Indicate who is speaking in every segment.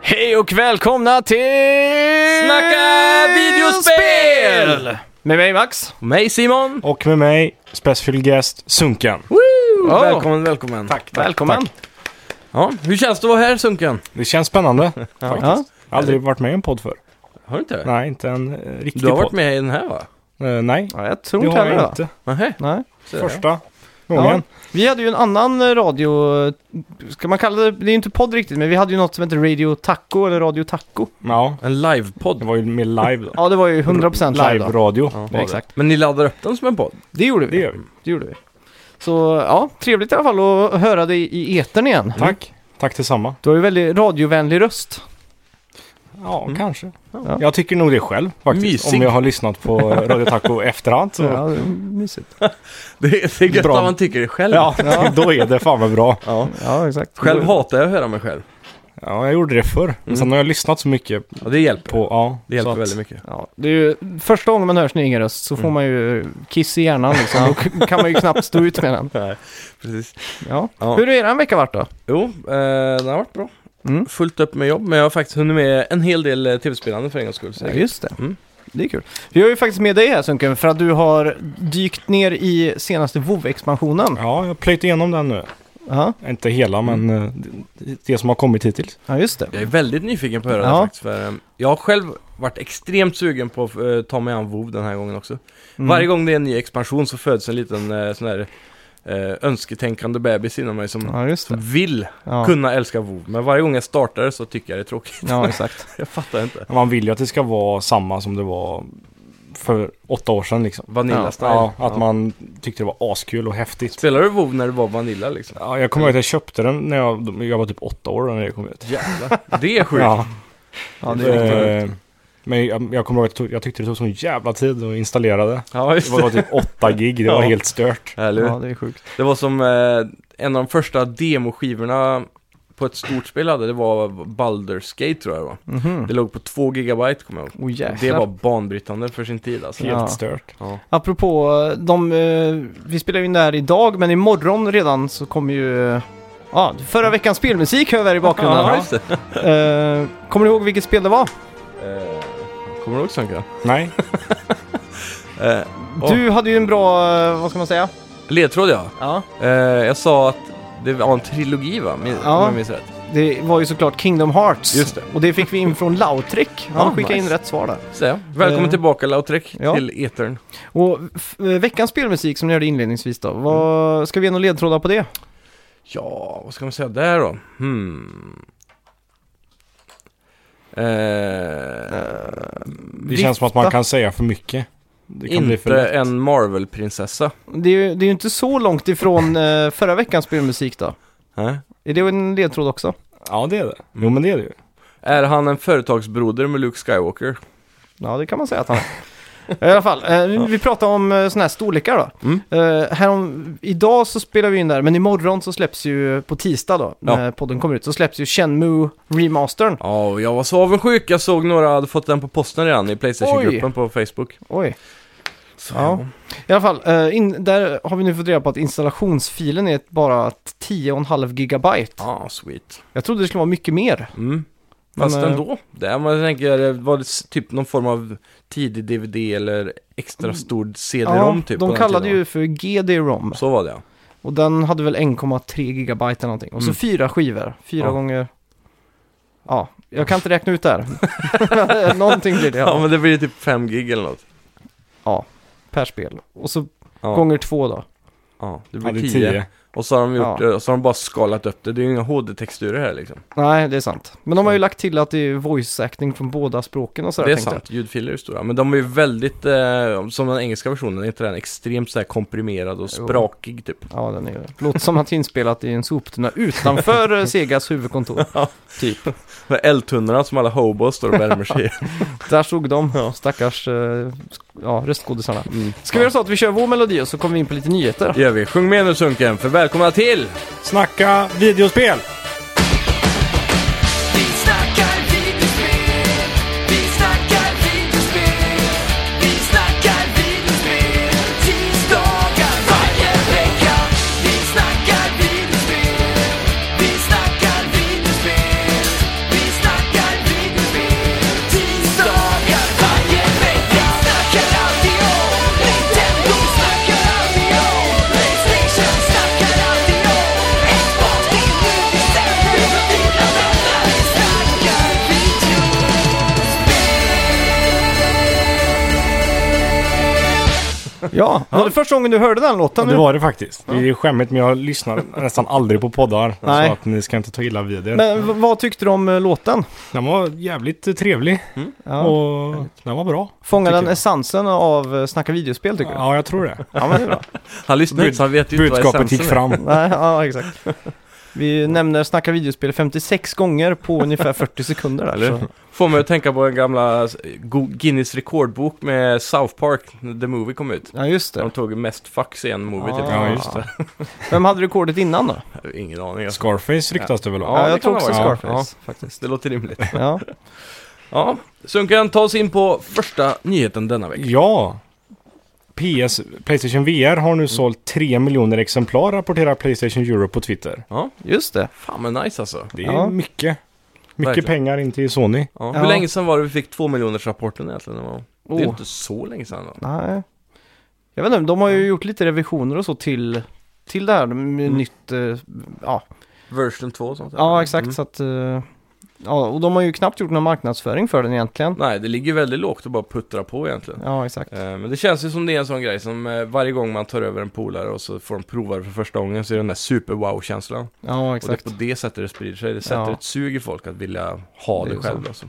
Speaker 1: Hej och välkomna till...
Speaker 2: Snacka videospel!
Speaker 1: Med mig Max.
Speaker 2: Och mig Simon.
Speaker 3: Och med mig, special guest, Sunkan.
Speaker 1: Oh.
Speaker 2: Välkommen, välkommen.
Speaker 3: Tack, tack,
Speaker 1: Välkommen.
Speaker 3: tack.
Speaker 2: Ja, hur känns det att vara här Sunken?
Speaker 3: Det känns spännande.
Speaker 1: Ja.
Speaker 3: Aldrig varit med i en podd förr.
Speaker 2: Har du inte det?
Speaker 3: Nej, inte en eh, riktig
Speaker 2: Du har varit
Speaker 3: podd.
Speaker 2: med i den här va?
Speaker 3: Eh, nej,
Speaker 1: ja, jag tror
Speaker 3: det
Speaker 1: inte
Speaker 3: har
Speaker 1: heller
Speaker 3: jag
Speaker 1: det.
Speaker 3: inte.
Speaker 2: Nähä.
Speaker 1: Nej.
Speaker 2: så är det.
Speaker 3: Första
Speaker 1: Ja.
Speaker 3: gången.
Speaker 1: Vi hade ju en annan eh, radio... eh, Ska man kalla det... Det är ju inte podd riktigt, men vi hade ju något som hette Radio Taco eller Radio Taco.
Speaker 3: Ja.
Speaker 2: En
Speaker 3: det
Speaker 2: livepodd.
Speaker 3: var ju mer live då.
Speaker 1: Ja, det var ju 100% live då.
Speaker 3: Live-radio.
Speaker 1: Ja,
Speaker 3: var det.
Speaker 1: exakt.
Speaker 2: Men ni laddar upp den som en podd?
Speaker 1: Det gjorde
Speaker 3: Det
Speaker 1: vi.
Speaker 3: gör vi.
Speaker 1: Det gjorde vi. Så ja, trevligt i alla fall att höra dig i etern igen.
Speaker 3: Tack. Tack detsamma.
Speaker 1: Du har ju väldigt radiovänlig röst.
Speaker 3: Ja, kanske.
Speaker 1: Ja.
Speaker 3: Jag tycker nog det själv faktiskt.
Speaker 2: Mysig.
Speaker 3: Om jag har lyssnat på Radio Taco efterhand så... Ja,
Speaker 1: det är mysigt.
Speaker 2: Det är, det är gött
Speaker 3: Bra.
Speaker 2: att man tycker det själv.
Speaker 3: då är det fan vad bra.
Speaker 2: Ja.
Speaker 1: Ja, exakt.
Speaker 2: Själv hatar jag att höra mig själv.
Speaker 3: Ja, jag gjorde det förr. Men sen har jag lyssnat så mycket
Speaker 2: Ja, det hjälper.
Speaker 3: på... Ja,
Speaker 2: Det hjälper
Speaker 3: så att-
Speaker 2: väldigt mycket.
Speaker 1: Ja, det är ju, första gången man hör sin egen röst så får man ju kiss i hjärnan liksom. Då k- kan man ju knappt stå ut med den.
Speaker 2: Nej, precis.
Speaker 1: Ja.
Speaker 2: Ja.
Speaker 1: Hur har eran vecka varit då?
Speaker 2: Jo, eh, den har varit bra.
Speaker 1: Mm.
Speaker 2: Fullt upp med jobb, men jag har faktiskt hunnit med en hel del eh, tv-spelande för en gångs skull. Så det är
Speaker 1: just det.
Speaker 2: Mm.
Speaker 1: Det är kul. Vi har ju faktiskt med dig här Sunken för att du har dykt ner i senaste WoW-expansionen.
Speaker 3: Ja, jag har plöjt igenom den nu.
Speaker 1: Ja.
Speaker 3: Inte hela, men eh, det- det som har kommit hittills.
Speaker 1: ja, just det.
Speaker 2: Jag är väldigt nyfiken på att höra
Speaker 1: Ja.
Speaker 2: det faktiskt. För, eh, jag har själv varit extremt sugen på att eh, ta mig an WoW den här gången också.
Speaker 1: Mm.
Speaker 2: Varje gång det är en ny expansion så föds en liten eh, sån här eh, önsketänkande bebis inom mig som,
Speaker 1: Ja, just
Speaker 2: som
Speaker 1: det.
Speaker 2: vill
Speaker 1: Ja,
Speaker 2: kunna älska WoW. Men varje gång jag startar det så tycker jag det är tråkigt.
Speaker 1: ja exakt.
Speaker 2: jag fattar inte.
Speaker 3: Man vill ju att det ska vara samma som det var för åtta år sedan liksom.
Speaker 2: Vanilla
Speaker 1: Ja,
Speaker 2: style.
Speaker 3: Ja, att
Speaker 2: Ja.
Speaker 3: man tyckte det var askul och häftigt.
Speaker 2: Spelar du WoW när det var Vanilla liksom?
Speaker 3: Ja, jag kommer ihåg att jag köpte den när jag, jag var typ åtta år när det kom ut.
Speaker 2: Jävlar. Det är sjukt.
Speaker 3: Ja,
Speaker 1: Ja, det är riktigt.
Speaker 3: eh, men jag, jag kommer ihåg att det tog- jag tyckte det tog sån jävla tid att installera det.
Speaker 2: Ja,
Speaker 3: Det
Speaker 2: just
Speaker 3: var
Speaker 2: det.
Speaker 3: bara typ åtta gig, det var
Speaker 2: Ja.
Speaker 3: helt stört.
Speaker 2: Eller hur?
Speaker 1: Ja, det är sjukt.
Speaker 2: Det var som eh, en av de första demoskivorna på ett stort spel jag hade, det var Baldur's Gate tror jag det var.
Speaker 1: Mhm.
Speaker 2: Det låg på 2 gigabyte kommer jag ihåg.
Speaker 1: Oh, jäklar.
Speaker 2: Det var banbrytande för sin tid alltså.
Speaker 3: Helt
Speaker 1: Ja.
Speaker 3: stört.
Speaker 2: Ja.
Speaker 1: Apropå, eh, de, eh, vi spelar ju in det här idag, men imorgon redan så kommer ju... eh, Ja, förra veckans spelmusik hör vi här i bakgrunden.
Speaker 2: Ja, just det.
Speaker 1: Eh, kommer du ihåg vilket spel det var?
Speaker 2: Eh, Kommer du ihåg Sanka?
Speaker 3: Nej,
Speaker 2: Eh, Åh.
Speaker 1: Du hade ju en bra, eh, vad ska man säga?
Speaker 2: ledtråd ja.
Speaker 1: Ja.
Speaker 2: Eh, jag sa att det var en trilogi va? Min,
Speaker 1: Ja.
Speaker 2: Om jag minns rätt.
Speaker 1: Det var ju såklart Kingdom Hearts.
Speaker 2: Just det.
Speaker 1: Och det fick vi in från Lautrick. Han
Speaker 2: Ja,
Speaker 1: skickade in
Speaker 2: nice.
Speaker 1: rätt svar där.
Speaker 2: Så, ja. Välkommen
Speaker 1: Eh.
Speaker 2: tillbaka Lautrec
Speaker 1: Ja.
Speaker 2: till Etern.
Speaker 1: Och f- eh, veckans spelmusik som ni hörde inledningsvis då,
Speaker 2: Mm.
Speaker 1: vad, ska vi ge några ledtrådar på det?
Speaker 2: Ja, vad ska man säga där då? Hmm. Eh,
Speaker 3: det känns som att man kan säga för mycket. Det kan bli för
Speaker 2: inte
Speaker 3: lätt.
Speaker 2: en Marvel-prinsessa.
Speaker 1: Det är ju det är ju inte så långt ifrån eh, förra veckans spelmusik då.
Speaker 2: Eh?
Speaker 1: Är det en ledtråd också?
Speaker 3: Ja, det är det. Jo,
Speaker 2: Mm.
Speaker 3: men det är det ju.
Speaker 2: Är han en företagsbroder med Luke Skywalker?
Speaker 1: Ja, det kan man säga att han är. I alla fall, eh, vi pratar om eh, sådana här storlekar då.
Speaker 2: Mm.
Speaker 1: Eh, härom, idag så spelar vi in där, men imorgon så släpps ju, på tisdag då,
Speaker 2: Ja.
Speaker 1: när podden kommer ut, så släpps ju Shenmue remastern.
Speaker 2: Ja, och jag var så avundsjuk. Jag såg några hade fått den på posten redan i Playstation-gruppen på Facebook.
Speaker 1: Oj.
Speaker 2: Så,
Speaker 1: Ja. I alla fall, eh, in, där har vi nu fått reda på att installationsfilen är bara 10,5 gigabyte.
Speaker 2: ja, sweet.
Speaker 1: Jag trodde det skulle vara mycket mer.
Speaker 2: Mm. Fast
Speaker 1: Men, eh,
Speaker 2: ändå. Det är, man tänker, det var det s- typ någon form av tidig DVD eller extra stor CD-ROM typ. på
Speaker 1: Mm. de
Speaker 2: den
Speaker 1: kallade
Speaker 2: tiden,
Speaker 1: ju för GD-ROM
Speaker 2: va? Så var det ja.
Speaker 1: och den hade väl 1,3 gigabyte eller någonting. Och så
Speaker 2: Mm.
Speaker 1: fyra skivor, fyra
Speaker 2: Ja.
Speaker 1: gånger... Ja, jag kan inte räkna ut det här. någonting blir det
Speaker 2: ja.
Speaker 1: ja.
Speaker 2: men det blir typ 5 gig eller något.
Speaker 1: ja, per spel. Och så
Speaker 2: Ja,
Speaker 1: gånger två då.
Speaker 2: ja det
Speaker 3: Ja, det
Speaker 2: blir
Speaker 3: är
Speaker 2: 10.
Speaker 3: tio.
Speaker 2: Och så har de gjort,
Speaker 1: Ja.
Speaker 2: eh, så har de bara skalat upp det. Det är ju inga HD-texturer här liksom.
Speaker 1: Nej, det är sant. Men de har ju lagt till att det är voice acting från båda språken och sådär
Speaker 2: det är
Speaker 1: tänkte jag.
Speaker 2: sant, ljudfiler är stora. Men de är ju väldigt, eh, som den engelska versionen, är inte den extremt så här komprimerad och
Speaker 1: Jo.
Speaker 2: sprakig typ?
Speaker 1: Ja, den är ju... Låter som att det är inspelat i en soptunna utanför eh, Segas huvudkontor.
Speaker 2: De här eldtunnorna som alla hobos står och värmer sig i.
Speaker 1: Där såg de, stackars eh, sk- ja, röstskådisarna.
Speaker 2: Mm.
Speaker 1: Ska vi göra så att vi kör vår melodi och så kommer vi in på lite nyheter?
Speaker 2: gör vi. Sjung med nu Sunken, för välkomna till
Speaker 3: Snacka videospel!
Speaker 4: Vi snackar videospel, vi snackar videospel, vi snackar videospel, tisdagar varje vecka. Vi snackar videospel, vi snackar videospel, vi snackar videospel,
Speaker 1: Ja, var det första gången du hörde den låten?
Speaker 3: Det
Speaker 1: nu?
Speaker 3: var det faktiskt. Det är skämmigt men jag lyssnar nästan aldrig på poddar.
Speaker 1: Nej.
Speaker 3: Så att ni ska inte ta illa vid er.
Speaker 1: Men v- vad tyckte du om eh, låten?
Speaker 3: Den var jävligt eh, trevlig
Speaker 2: Mm.
Speaker 1: Ja.
Speaker 3: och den var bra.
Speaker 1: Fångade
Speaker 3: tycker
Speaker 1: den
Speaker 3: jag.
Speaker 1: essensen av eh, Snacka videospel tycker du?
Speaker 3: Ja, jag tror det.
Speaker 1: Ja, men det är bra.
Speaker 2: Han lyssnar inte så han vet ju inte vad
Speaker 3: Budskapet gick
Speaker 2: essensen är.
Speaker 3: fram.
Speaker 1: Nej, ja, exakt. Vi nämner Snacka videospel 56 gånger på ungefär 40 sekunder där.
Speaker 2: Eller?
Speaker 1: Så.
Speaker 2: Får mig att tänka på den gamla Go- Guinness rekordbok med South Park, när The Movie kom ut.
Speaker 1: Ja, just
Speaker 2: De
Speaker 1: det.
Speaker 2: tog mest fucks i en movie typ.
Speaker 3: Ja, just det.
Speaker 1: Vem hade rekordet innan då?
Speaker 2: Jag har Ingen aning. alltså.
Speaker 3: Scarface ryktas det väl om.
Speaker 2: Ja, det kan
Speaker 1: jag tror också
Speaker 2: det vara.
Speaker 1: Scarface. Ja,
Speaker 2: faktiskt. Det låter rimligt.
Speaker 1: Ja.
Speaker 2: Ja, Sunkan, ta oss in på första nyheten denna vecka.
Speaker 3: Ja. PS, Playstation VR har
Speaker 2: Mm.
Speaker 3: nu sålt 3 miljoner exemplar rapporterar Playstation Europe på Twitter.
Speaker 1: Just det.
Speaker 2: Fan men nice alltså.
Speaker 3: Det är
Speaker 1: Ja.
Speaker 3: mycket. Mycket
Speaker 2: Verkligen.
Speaker 3: pengar in till Sony.
Speaker 2: Ja.
Speaker 1: Ja.
Speaker 2: Hur länge sedan var det vi fick två miljoners rapporten egentligen? Det, var... det är
Speaker 1: Oh.
Speaker 2: inte så länge sedan då.
Speaker 1: Nej. Jag vet inte, de har ju gjort lite revisioner och så till, till det här med nytt, eh, ja,
Speaker 2: Version 2 och sånt? eller?
Speaker 1: ja exakt
Speaker 2: Mm.
Speaker 1: så att, eh, ja och de har ju knappt gjort någon marknadsföring för den egentligen.
Speaker 2: Nej, det ligger väldigt lågt och bara puttra på egentligen.
Speaker 1: Ja exakt.
Speaker 2: Eh, Men det känns ju som det är en sån grej som eh, varje gång man tar över en polare och så får de prova det för första gången så är det den där super wow-känslan.
Speaker 1: Ja
Speaker 2: Och det är
Speaker 1: exakt.
Speaker 2: på det sättet det sprider sig. Det sätter
Speaker 1: Ja.
Speaker 2: ett sug i folk att vilja ha
Speaker 1: Det
Speaker 2: det,
Speaker 1: är ju
Speaker 2: själv
Speaker 1: så.
Speaker 2: alltså.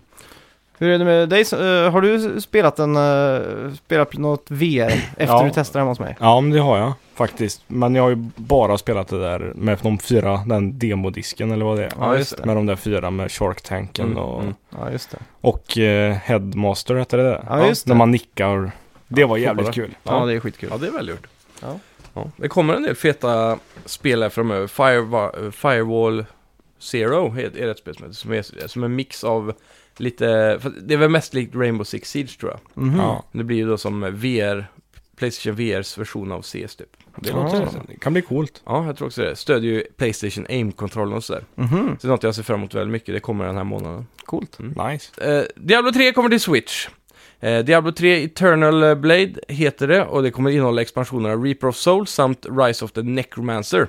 Speaker 1: Hur är det med dig? eh, har du spelat en, eh, spelat något VR efter
Speaker 3: Ja.
Speaker 1: du testade hemma hos mig?
Speaker 3: Ja, men det har jag faktiskt. Men jag har ju bara spelat det där med de fyra, den demodisken eller vad det är.
Speaker 1: Ja, just
Speaker 3: Med de där fyra med Shark Tanken
Speaker 2: Mm,
Speaker 3: och,
Speaker 2: mm.
Speaker 1: Ja just det.
Speaker 3: och eh, Headmaster hette det där.
Speaker 1: Ja, just det.
Speaker 3: När man nickar. Det var jävligt
Speaker 2: fotboll.
Speaker 3: kul.
Speaker 1: Ja,
Speaker 2: Ja.
Speaker 1: det är skitkul.
Speaker 2: Ja, det är väl gjort.
Speaker 1: Ja.
Speaker 2: Ja. Det kommer en del feta spel här framöver. Fireva- Firewall Zero är ett, är ett spel som heter, som är som en mix av lite, för det är väl mest likt Rainbow Six Siege tror jag.
Speaker 1: Mhm.
Speaker 3: Ja.
Speaker 2: Men Det blir ju då som VR, Playstation VRs version av CS typ.
Speaker 3: Det,
Speaker 2: Det
Speaker 1: Ja.
Speaker 3: låter,
Speaker 2: låter
Speaker 3: det kan bli coolt.
Speaker 2: Ja, jag tror också det. Stödjer ju Playstation Aim-kontrollen och sådär.
Speaker 1: Mhm.
Speaker 2: Så det är något jag ser fram emot väldigt mycket, det kommer den här månaden.
Speaker 1: Coolt.
Speaker 3: Nice.
Speaker 2: Eh, Diablo 3 kommer till Switch. Eh, Diablo 3 Eternal Blade heter det och det kommer innehålla expansionerna Reaper of Souls samt Rise of the Necromancer.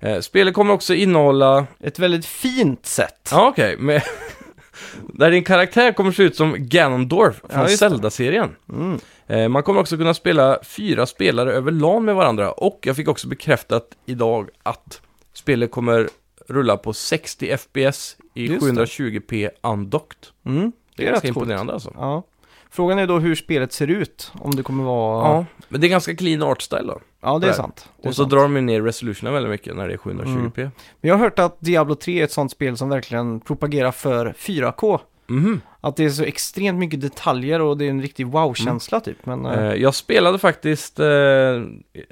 Speaker 2: Eh, spelet kommer också innehålla...
Speaker 1: Ett väldigt fint sätt.
Speaker 2: Ja, okej. med... Där din karaktär kommer se ut som Ganondorf från
Speaker 1: Ja, just det.
Speaker 2: Zelda-serien.
Speaker 1: Mm.
Speaker 2: Eh, man kommer också kunna spela fyra spelare över LAN med varandra och jag fick också bekräftat idag att spelet kommer rulla på 60 FPS i
Speaker 1: Just det.
Speaker 2: 720p undocked.
Speaker 1: Mm.
Speaker 2: Det är,
Speaker 1: rätt
Speaker 2: ganska
Speaker 1: coolt.
Speaker 2: imponerande alltså.
Speaker 1: Ja. Frågan är då hur spelet ser ut, om det kommer vara...
Speaker 2: Ja, men det är ganska clean art style då.
Speaker 1: Ja, det är
Speaker 2: Där.
Speaker 1: sant. Det är
Speaker 2: Och så
Speaker 1: sant. Mm.
Speaker 2: drar de ju ner resolutionen väldigt mycket när det är 720p.
Speaker 1: Men jag har hört att Diablo 3 är ett sånt spel som verkligen propagerar för 4K.
Speaker 2: Mhm.
Speaker 1: Att det är så extremt mycket detaljer och det är en riktig wow-känsla typ. Men, eh,
Speaker 2: Eh, jag spelade faktiskt eh,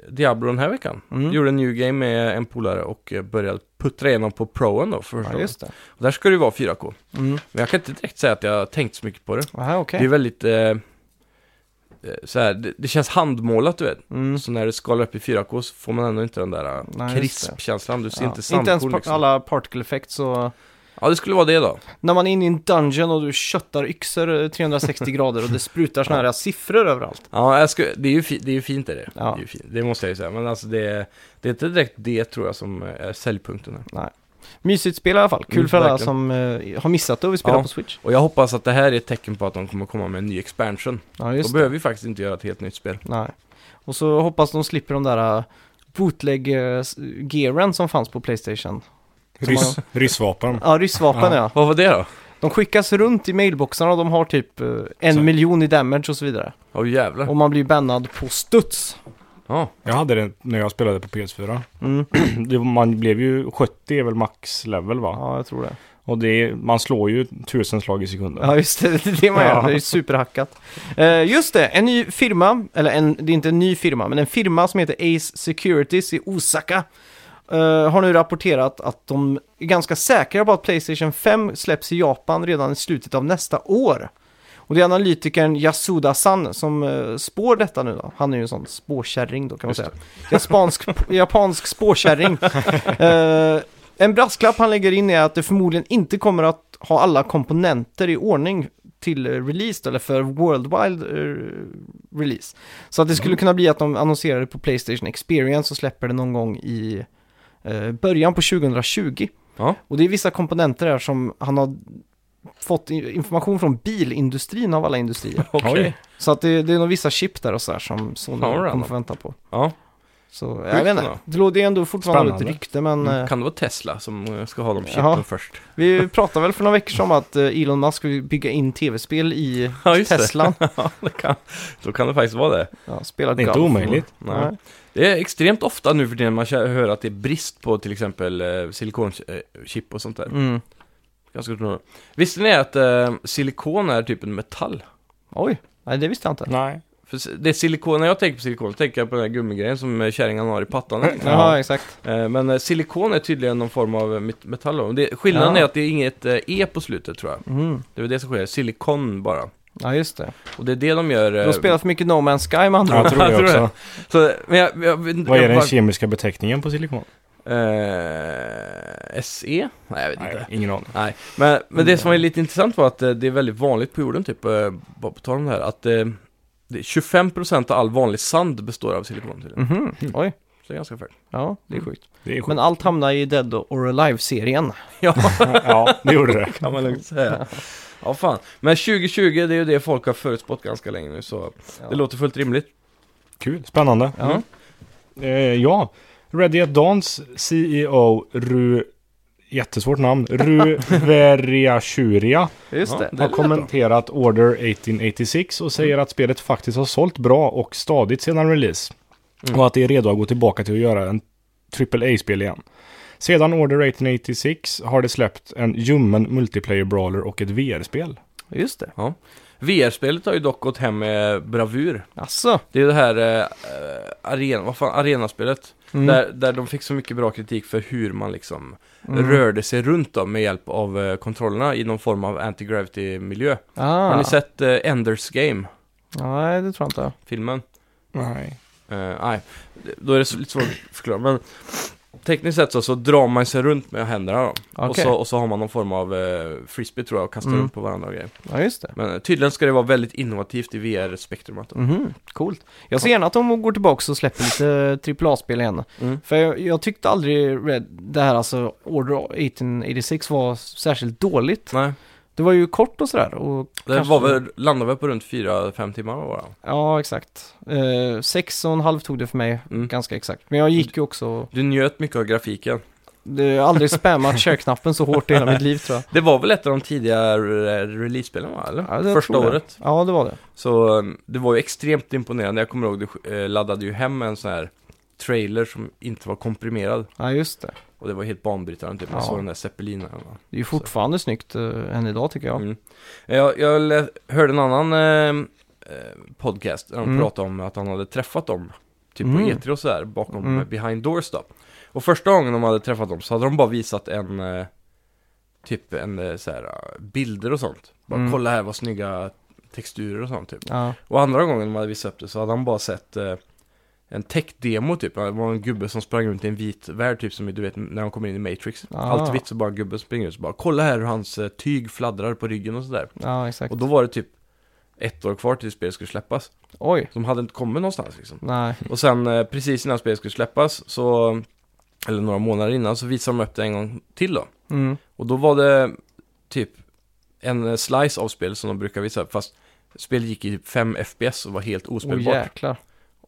Speaker 2: Diablo den här veckan.
Speaker 1: Mm.
Speaker 2: Gjorde en new game med en polare och eh, började puttra igenom på proen då för första
Speaker 1: ja,
Speaker 2: gången.
Speaker 1: just det.
Speaker 2: Och Där ska det ju vara 4K.
Speaker 1: Mm.
Speaker 2: Men jag kan inte direkt säga att jag har tänkt så mycket på det.
Speaker 1: Aha,
Speaker 2: Det är
Speaker 1: okej.
Speaker 2: väldigt, eh, eh, så här, det, det känns handmålat du vet.
Speaker 1: Mm.
Speaker 2: Så när det skalar upp i 4K så får man ändå inte den där
Speaker 1: Nej,
Speaker 2: eh,
Speaker 1: just
Speaker 2: krispkänslan. Du ser
Speaker 1: Ja.
Speaker 2: inte sandkorn
Speaker 1: ens par-
Speaker 2: liksom.
Speaker 1: alla particle effects och...
Speaker 2: Ja, det skulle vara det då.
Speaker 1: När man är inne i en dungeon och du köttar yxor eh, 360 grader och det sprutar såna här siffror överallt.
Speaker 2: Ja, jag skulle, det, är ju fi, det är ju fint är det.
Speaker 1: Ja.
Speaker 2: Det, är ju fint, det måste jag ju säga. Men alltså det, är- det är inte direkt det tror jag som eh, är säljpunkten här.
Speaker 1: Mysigt spel i alla fall. Kul
Speaker 2: Mm,
Speaker 1: för alla
Speaker 2: verkligen.
Speaker 1: som eh, har missat det och vill spela
Speaker 2: Ja.
Speaker 1: på Switch.
Speaker 2: Och jag hoppas att det här är ett tecken på att de kommer komma med en ny expansion.
Speaker 1: Ja,
Speaker 2: Då
Speaker 1: just det.
Speaker 2: behöver vi faktiskt inte göra ett helt nytt spel.
Speaker 1: Nej. Och så hoppas de slipper de där eh, bootleg-gearen som fanns på Playstation. Som
Speaker 3: Ryss, ryssvapen.
Speaker 1: Ja, ryssvapen ja.
Speaker 2: Vad var det då?
Speaker 1: De skickas runt i mailboxarna och de har typ eh, en
Speaker 3: Så.
Speaker 1: miljon i damage och så vidare.
Speaker 2: Åh jävlar.
Speaker 1: Och man blir bannad på studs.
Speaker 2: Ja,
Speaker 3: Jag hade det när jag spelade på PS4.
Speaker 1: Mm.
Speaker 3: Det, man blev ju 70 är väl max level va?
Speaker 1: Ja, jag tror det.
Speaker 3: Och det, är- man slår ju tusen slag i sekunden.
Speaker 1: Ja, just det. Det är det man gör. Det är ju superhackat. Eh, just det, en ny firma, eller en, det är inte en ny firma, men en firma som heter Ace Securities i Osaka eh, har nu rapporterat att de är ganska säkra på att Playstation 5 släpps i Japan redan i slutet av nästa år. Och det är analytikern Yasuda-san som eh, spår detta nu då. Han är ju en sån spåkärring då kan man
Speaker 2: Just
Speaker 1: säga. Japansk, japansk spåkärring. Eh, en brasklapp han lägger in är att det förmodligen inte kommer att ha alla komponenter i ordning till eh, release då, eller för worldwide eh, release. Så att det
Speaker 2: Mm.
Speaker 1: skulle kunna bli att de annonserar det på Playstation Experience och släpper det någon gång i eh, början på 2020.
Speaker 2: Ja.
Speaker 1: Och det är vissa komponenter där som han har fått i- information från bilindustrin av alla industrier.
Speaker 2: Okej.
Speaker 3: Oj.
Speaker 1: Så att det, det är nog vissa chip där och så här som Sony
Speaker 2: Fan, vad
Speaker 1: kommer
Speaker 2: random.
Speaker 1: få vänta på.
Speaker 2: Ja.
Speaker 1: Så jag
Speaker 2: Sjukt
Speaker 1: vet inte,
Speaker 2: ändå. Mm,
Speaker 1: det låter ju ändå fortfarande
Speaker 3: Spännande.
Speaker 1: ett rykte men eh,
Speaker 2: Kan det vara Tesla som eh, ska ha de chippen
Speaker 1: Jaha.
Speaker 2: först?
Speaker 1: vi pratade väl för några veckor sedan om att eh, Elon Musk vill bygga in tv-spel i
Speaker 2: Ja, just det.
Speaker 1: Teslan.
Speaker 2: Ja, det kan, då kan det faktiskt vara det.
Speaker 1: Ja, spela
Speaker 3: Det är inte
Speaker 1: golf.
Speaker 3: omöjligt.
Speaker 2: Nej.
Speaker 1: Nej.
Speaker 2: Det är extremt ofta nu för tiden man kä- hör att det är brist på till exempel eh, silikonchip och sånt där.
Speaker 1: Mm.
Speaker 2: Ganska otroligt. Visste ni att eh, silikon är typ en metall?
Speaker 1: Oj, nej det visste jag inte.
Speaker 3: Nej.
Speaker 2: För si- det är silikon, när jag tänker på silikon, då tänker jag på den här gummigrejen som eh, kärringarna har i pattan.
Speaker 1: Ja,
Speaker 3: Ja.
Speaker 1: exakt.
Speaker 2: Eh, Men eh, silikon är tydligen någon form av eh, met- metall. då. Det, skillnaden
Speaker 1: Ja.
Speaker 2: är att det är inget eh, E på slutet tror jag.
Speaker 1: Mm.
Speaker 2: Det är väl det som sker, silikon bara.
Speaker 1: Ja, just det.
Speaker 2: Och det är det de gör...
Speaker 1: Du
Speaker 2: eh,
Speaker 1: har spelat för mycket No Man's Sky med andra
Speaker 3: Jag
Speaker 1: ord.
Speaker 3: tror det
Speaker 2: Jag tror
Speaker 3: också.
Speaker 2: Så, men jag, jag, vet inte-
Speaker 3: Vad är
Speaker 2: jag
Speaker 3: den
Speaker 2: bara-
Speaker 3: kemiska beteckningen på silikon?
Speaker 2: Eh, SE? Nej, jag vet
Speaker 3: Nej,
Speaker 2: inte.
Speaker 3: ingen aning.
Speaker 2: Nej, men, men det som var lite intressant var att eh, det är väldigt vanligt på jorden, typ, eh, bara på tal om det här, att eh, det är 25% av all vanlig sand består av silikon tydligen.
Speaker 1: Mhm, Oj,
Speaker 2: Så det är ganska fair.
Speaker 1: ja det är sjukt.
Speaker 3: Det är sjukt.
Speaker 1: Men allt hamnar i Dead or Alive-serien.
Speaker 2: Ja,
Speaker 3: ja, det gjorde det.
Speaker 2: kan man lugnt säga. Ja, fan. Men 2020, det är ju det folk har förutspått ganska länge nu, så
Speaker 1: Ja.
Speaker 2: det låter fullt rimligt.
Speaker 3: Kul. Spännande.
Speaker 1: Ja.
Speaker 3: Eh, ja. Ready at Dawns CEO Ru... Jättesvårt namn. Ruveriachuria
Speaker 1: Just
Speaker 2: Ja,
Speaker 1: det.
Speaker 2: det-
Speaker 3: har
Speaker 2: lät
Speaker 3: kommenterat Order 1886 och säger att spelet faktiskt har sålt bra och stadigt sedan release.
Speaker 2: Mm.
Speaker 3: Och att det är redo att gå tillbaka till att göra en AAA-spel igen. Sedan Order 1886 har det släppt en ljummen multiplayer-brawler och ett VR-spel.
Speaker 1: Just det.
Speaker 2: VR-spelet har ju dock gått hem med bravur.
Speaker 1: Asså.
Speaker 2: Det är det här eh, eh, arena, vad fan, arenaspelet.
Speaker 1: Mm.
Speaker 2: Där, där de fick så mycket bra kritik för hur man liksom
Speaker 1: Mm.
Speaker 2: rörde sig runt dem med hjälp av eh, kontrollerna i någon form av anti-gravity-miljö.
Speaker 1: Ah.
Speaker 2: Har ni sett eh, Enders Game,
Speaker 1: Nej, det tror jag inte.
Speaker 2: filmen?
Speaker 3: Nej.
Speaker 2: Eh, nej, då är det så, lite svårt att förklara. Men tekniskt sett så, så drar man sig runt med händerna då. Och,
Speaker 1: Okej.
Speaker 2: så, och så har man någon form av eh, frisbee tror jag, och kastar
Speaker 1: Mm.
Speaker 2: runt på varandra och grejer.
Speaker 1: Ja, just det.
Speaker 2: Men eh, tydligen ska det vara väldigt innovativt i VR-spektrumet. då.
Speaker 1: Mhm, coolt. Jag ser gärna att de går tillbaka och släpper lite AAA-spel igen.
Speaker 2: Mm.
Speaker 1: För jag, jag tyckte aldrig Red, det här alltså Order 1886 var särskilt dåligt.
Speaker 2: Nej,
Speaker 1: Det var ju kort och sådär och
Speaker 2: det
Speaker 1: Kanske-
Speaker 2: var väl, landade väl på runt 4-5 timmar bara.
Speaker 1: ja exakt. Eh, sex och en halv tog det för mig
Speaker 2: Mm.
Speaker 1: ganska exakt. Men jag gick ju också,
Speaker 2: Du njöt mycket av grafiken.
Speaker 1: det jag har aldrig spammat share-knappen så hårt i hela mitt liv tror jag.
Speaker 2: Det var väl ett av de tidiga re- release-spelen va? Eller?
Speaker 1: Ja, det
Speaker 2: Första
Speaker 1: tror jag.
Speaker 2: året.
Speaker 1: Ja det var det.
Speaker 2: Så um, det var ju extremt imponerande. Jag kommer ihåg, du eh, laddade ju hem en sån här trailer som inte var komprimerad.
Speaker 1: Ja just det.
Speaker 2: Och det var helt banbrytande typ. Man
Speaker 1: Ja.
Speaker 2: såg den där zeppelinen. va?
Speaker 1: Det är ju fortfarande snyggt eh, än idag tycker jag.
Speaker 2: Mm. Jag, jag lä- hörde en annan eh, eh, podcast där de
Speaker 1: Mm.
Speaker 2: pratade om att han hade träffat dem. Typ på
Speaker 1: Mm.
Speaker 2: E3 och sådär, bakom
Speaker 1: Mm.
Speaker 2: eh, behind doors då. Och första gången de hade träffat dem så hade de bara visat en, eh, typ en eh, så här, eh, bilder och sånt. Bara
Speaker 1: Mm.
Speaker 2: kolla här vad snygga texturer och sånt typ.
Speaker 1: Ja,
Speaker 2: Och andra gången de hade visat upp det så hade han bara sett eh, en tech-demo typ. Det var en gubbe som sprang runt i en vit värld typ som i- du vet när de kommer in i Matrix.
Speaker 1: Ah.
Speaker 2: Allt vitt så bara en gubbe springer ut så bara kolla här hur hans eh, tyg fladdrar på ryggen och sådär.
Speaker 1: ja exakt.
Speaker 2: Och då var det typ ett år kvar till spelet skulle släppas.
Speaker 1: Oj.
Speaker 2: De hade inte kommit någonstans liksom.
Speaker 1: Nej.
Speaker 2: Och sen eh, precis innan spelet skulle släppas så, eller några månader innan, så visade de upp det en gång till då.
Speaker 1: Mm.
Speaker 2: Och då var det typ en eh, slice av spel som de brukar visa upp, fast spelet gick i typ 5 FPS och var helt
Speaker 1: Åh
Speaker 2: ospelbart.
Speaker 1: jäklar.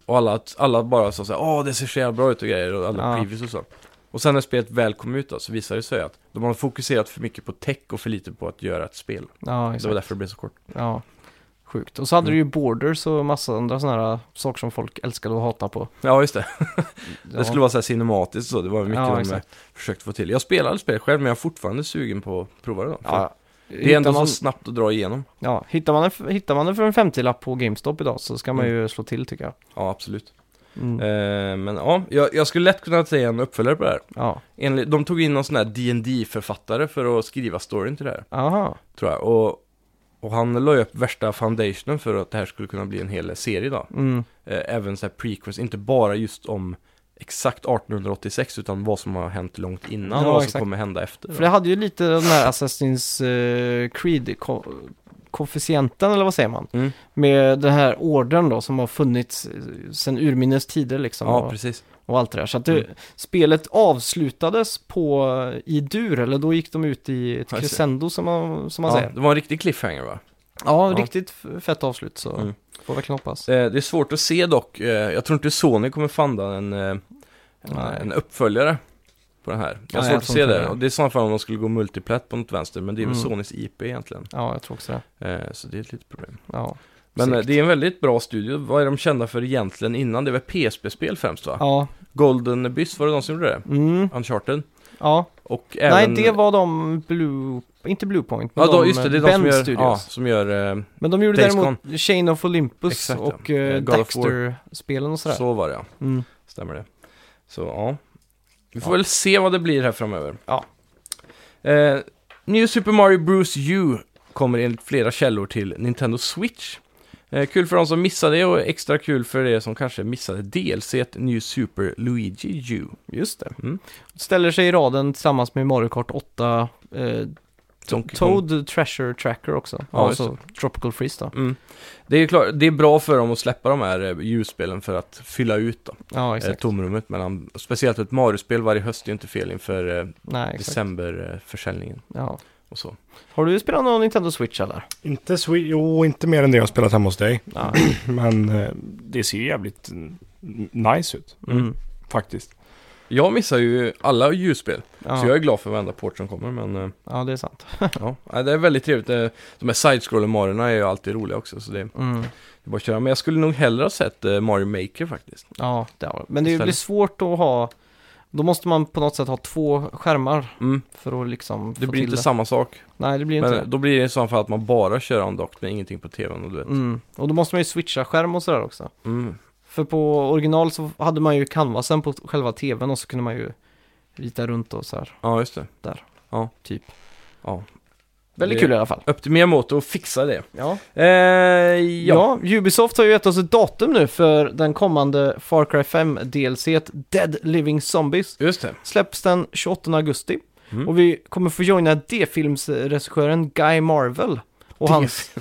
Speaker 2: Och alla, alla bara sa såhär, åh det ser så jävla bra ut och grejer och alla
Speaker 1: Ja.
Speaker 2: previews och så. Och sen när spelet väl kom ut då, så visade det sig att de har fokuserat för mycket på tech och för lite på att göra ett spel.
Speaker 1: Ja
Speaker 2: Det Mm. var
Speaker 1: exakt.
Speaker 2: därför det blev så kort.
Speaker 1: Ja. Sjukt. Och så hade du ju Borders och massa andra sådana här eh, saker som folk älskade och hatade på.
Speaker 2: Ja, just det.
Speaker 1: Ja.
Speaker 2: Det skulle vara så här cinematiskt så, det var mycket
Speaker 1: Ja,
Speaker 2: de
Speaker 1: exakt.
Speaker 2: försökte få till. Jag spelar spelet själv, men jag är fortfarande sugen på att prova det då. För
Speaker 1: Ja,
Speaker 2: Det är ändå
Speaker 1: hittar man,
Speaker 2: så snabbt att dra igenom.
Speaker 1: ja, hittar, man en, hittar man den för en 50-lapp på GameStop idag så ska man
Speaker 2: Mm.
Speaker 1: ju slå till tycker jag.
Speaker 2: Ja, absolut.
Speaker 1: Mm.
Speaker 2: Eh, men ja, jag, jag skulle lätt kunna säga en uppföljare på det här.
Speaker 1: Ja,
Speaker 2: Enligt, de tog in någon sån här dd författare för att skriva storyn till det här.
Speaker 1: aha,
Speaker 2: tror jag. Och, och han la ju upp värsta foundationen för att det här skulle kunna bli en hel serie då.
Speaker 1: mm.
Speaker 2: Eh, Även så här prequels, inte bara just om exakt 1886 utan vad som har hänt långt innan
Speaker 1: Ja,
Speaker 2: och vad som
Speaker 1: exakt.
Speaker 2: kommer hända efter.
Speaker 1: För det hade ju lite den här Assassin's eh, Creed ko- koefficienten, eller vad säger man?
Speaker 2: Mm.
Speaker 1: Med den här orden då som har funnits eh, sedan urminnes tider liksom.
Speaker 2: Ja,
Speaker 1: och,
Speaker 2: precis. Mm.
Speaker 1: och allt det där. Så att det, spelet avslutades på eh, i dur, eller då gick de ut i ett
Speaker 2: Jag ser.
Speaker 1: crescendo som man, som man
Speaker 2: Ja,
Speaker 1: säger.
Speaker 2: det var en riktig cliffhanger va?
Speaker 1: Ja,
Speaker 2: Ja.
Speaker 1: riktigt f- fett avslut så
Speaker 2: Mm.
Speaker 1: får verkligen hoppas.
Speaker 2: Eh, Det är svårt att se dock. Eh, Jag tror inte Sony kommer fanda en, eh, en,
Speaker 1: Nej.
Speaker 2: en uppföljare på den här. Jag
Speaker 1: Nej,
Speaker 2: har
Speaker 1: jag
Speaker 2: svårt att
Speaker 1: tror
Speaker 2: se
Speaker 1: inte
Speaker 2: det.
Speaker 1: det.
Speaker 2: Och det är i så fall om de skulle gå multiplat på något vänster, men det är väl
Speaker 1: Mm.
Speaker 2: Sonys IP egentligen.
Speaker 1: Ja, jag tror också det.
Speaker 2: Eh, Så det är ett litet problem.
Speaker 1: Ja,
Speaker 2: Men eh,
Speaker 1: Sikt.
Speaker 2: det är en väldigt bra studio. Vad är de kända för egentligen innan? Det var PSP-spel främst va?
Speaker 1: ja.
Speaker 2: Golden Abyss var det de som gjorde det?
Speaker 1: Mm.
Speaker 2: Uncharted.
Speaker 1: ja.
Speaker 2: Och även...
Speaker 1: Nej, det var de Blue... Inte Bluepoint, men
Speaker 2: Ja, då,
Speaker 1: de,
Speaker 2: just det, det är de
Speaker 1: Bend
Speaker 2: som gör,
Speaker 1: Studios.
Speaker 2: ja, som gör eh,
Speaker 1: Men de gjorde
Speaker 2: Days
Speaker 1: däremot Chain of Olympus
Speaker 2: Exakt, ja.
Speaker 1: och
Speaker 2: Eh,
Speaker 1: eh,
Speaker 2: God of War.
Speaker 1: Daxter-spelen och sådär.
Speaker 2: så var det ja.
Speaker 1: Mm.
Speaker 2: Stämmer det. Så ja. Vi får väl se vad det blir här framöver.
Speaker 1: Ja.
Speaker 2: Eh, New Super Mario Bros. U kommer enligt flera källor till Nintendo Switch. Eh, kul för de som missade det och extra kul för de som kanske missade DLC et New Super Luigi U.
Speaker 1: Just det.
Speaker 2: Mm.
Speaker 1: Ställer sig i raden tillsammans med Mario Kart 8, eh,
Speaker 2: Donkey Kong.
Speaker 1: Toad Treasure Tracker också.
Speaker 2: Ja,
Speaker 1: Ja,
Speaker 2: just
Speaker 1: alltså Tropical Freeze då.
Speaker 2: Mm. Det är ju klart, det är bra för dem att släppa de här eh, U-spelen för att fylla ut då,
Speaker 1: Ja,
Speaker 2: eh,
Speaker 1: exakt.
Speaker 2: tomrummet mellan, speciellt ett Mario-spel varje höst är ju inte fel inför eh,
Speaker 1: Nej, exakt.
Speaker 2: decemberförsäljningen
Speaker 1: Ja.
Speaker 2: och så.
Speaker 1: Har du spelat någon Nintendo Switch eller?
Speaker 3: Inte, swe- jo, inte mer än det jag har spelat hemma hos dig.
Speaker 1: Ja.
Speaker 3: Men eh, det ser ju jävligt mm, nice ut
Speaker 1: Mm.
Speaker 3: faktiskt.
Speaker 2: Jag missar ju alla U-spel. Så jag
Speaker 1: Ja.
Speaker 2: är glad för varenda port som kommer, men eh,
Speaker 1: ja, det är sant.
Speaker 2: ja, Nej, det är väldigt trevligt. Eh, De här side-scroller Marierna är ju alltid roliga också, så det är
Speaker 1: Mm.
Speaker 2: bara att köra. Men jag skulle nog hellre ha sett eh, Mario Maker faktiskt.
Speaker 1: Ja, det har Men det
Speaker 2: Istället.
Speaker 1: blir svårt att ha... Då måste man på något sätt ha två skärmar
Speaker 2: Mm.
Speaker 1: för att liksom
Speaker 2: Det
Speaker 1: få
Speaker 2: blir
Speaker 1: till
Speaker 2: inte samma sak.
Speaker 1: Nej, det blir inte
Speaker 2: Men
Speaker 1: det.
Speaker 2: då blir det i så fall att man bara kör andockt med ingenting på tvn och du vet.
Speaker 1: Mm. Och då måste man ju switcha skärm och sådär också.
Speaker 2: Mm.
Speaker 1: För på original så hade man ju canvasen på själva tvn och så kunde man ju rita runt och så här,
Speaker 2: Ja, just det.
Speaker 1: typ.
Speaker 2: Ja.
Speaker 1: Väldigt
Speaker 2: Det-
Speaker 1: kul i alla fall.
Speaker 2: Upp till Miyamoto och fixa det.
Speaker 1: Ja.
Speaker 2: Eh, ja.
Speaker 1: ja, Ubisoft har ju gett oss ett datum nu för den kommande Far Cry 5 DLC Dead Living Zombies.
Speaker 2: just det.
Speaker 1: Släpps den 28 augusti
Speaker 2: Mm.
Speaker 1: och vi kommer få joina D-filmsregissören Guy Marvel. Och hans,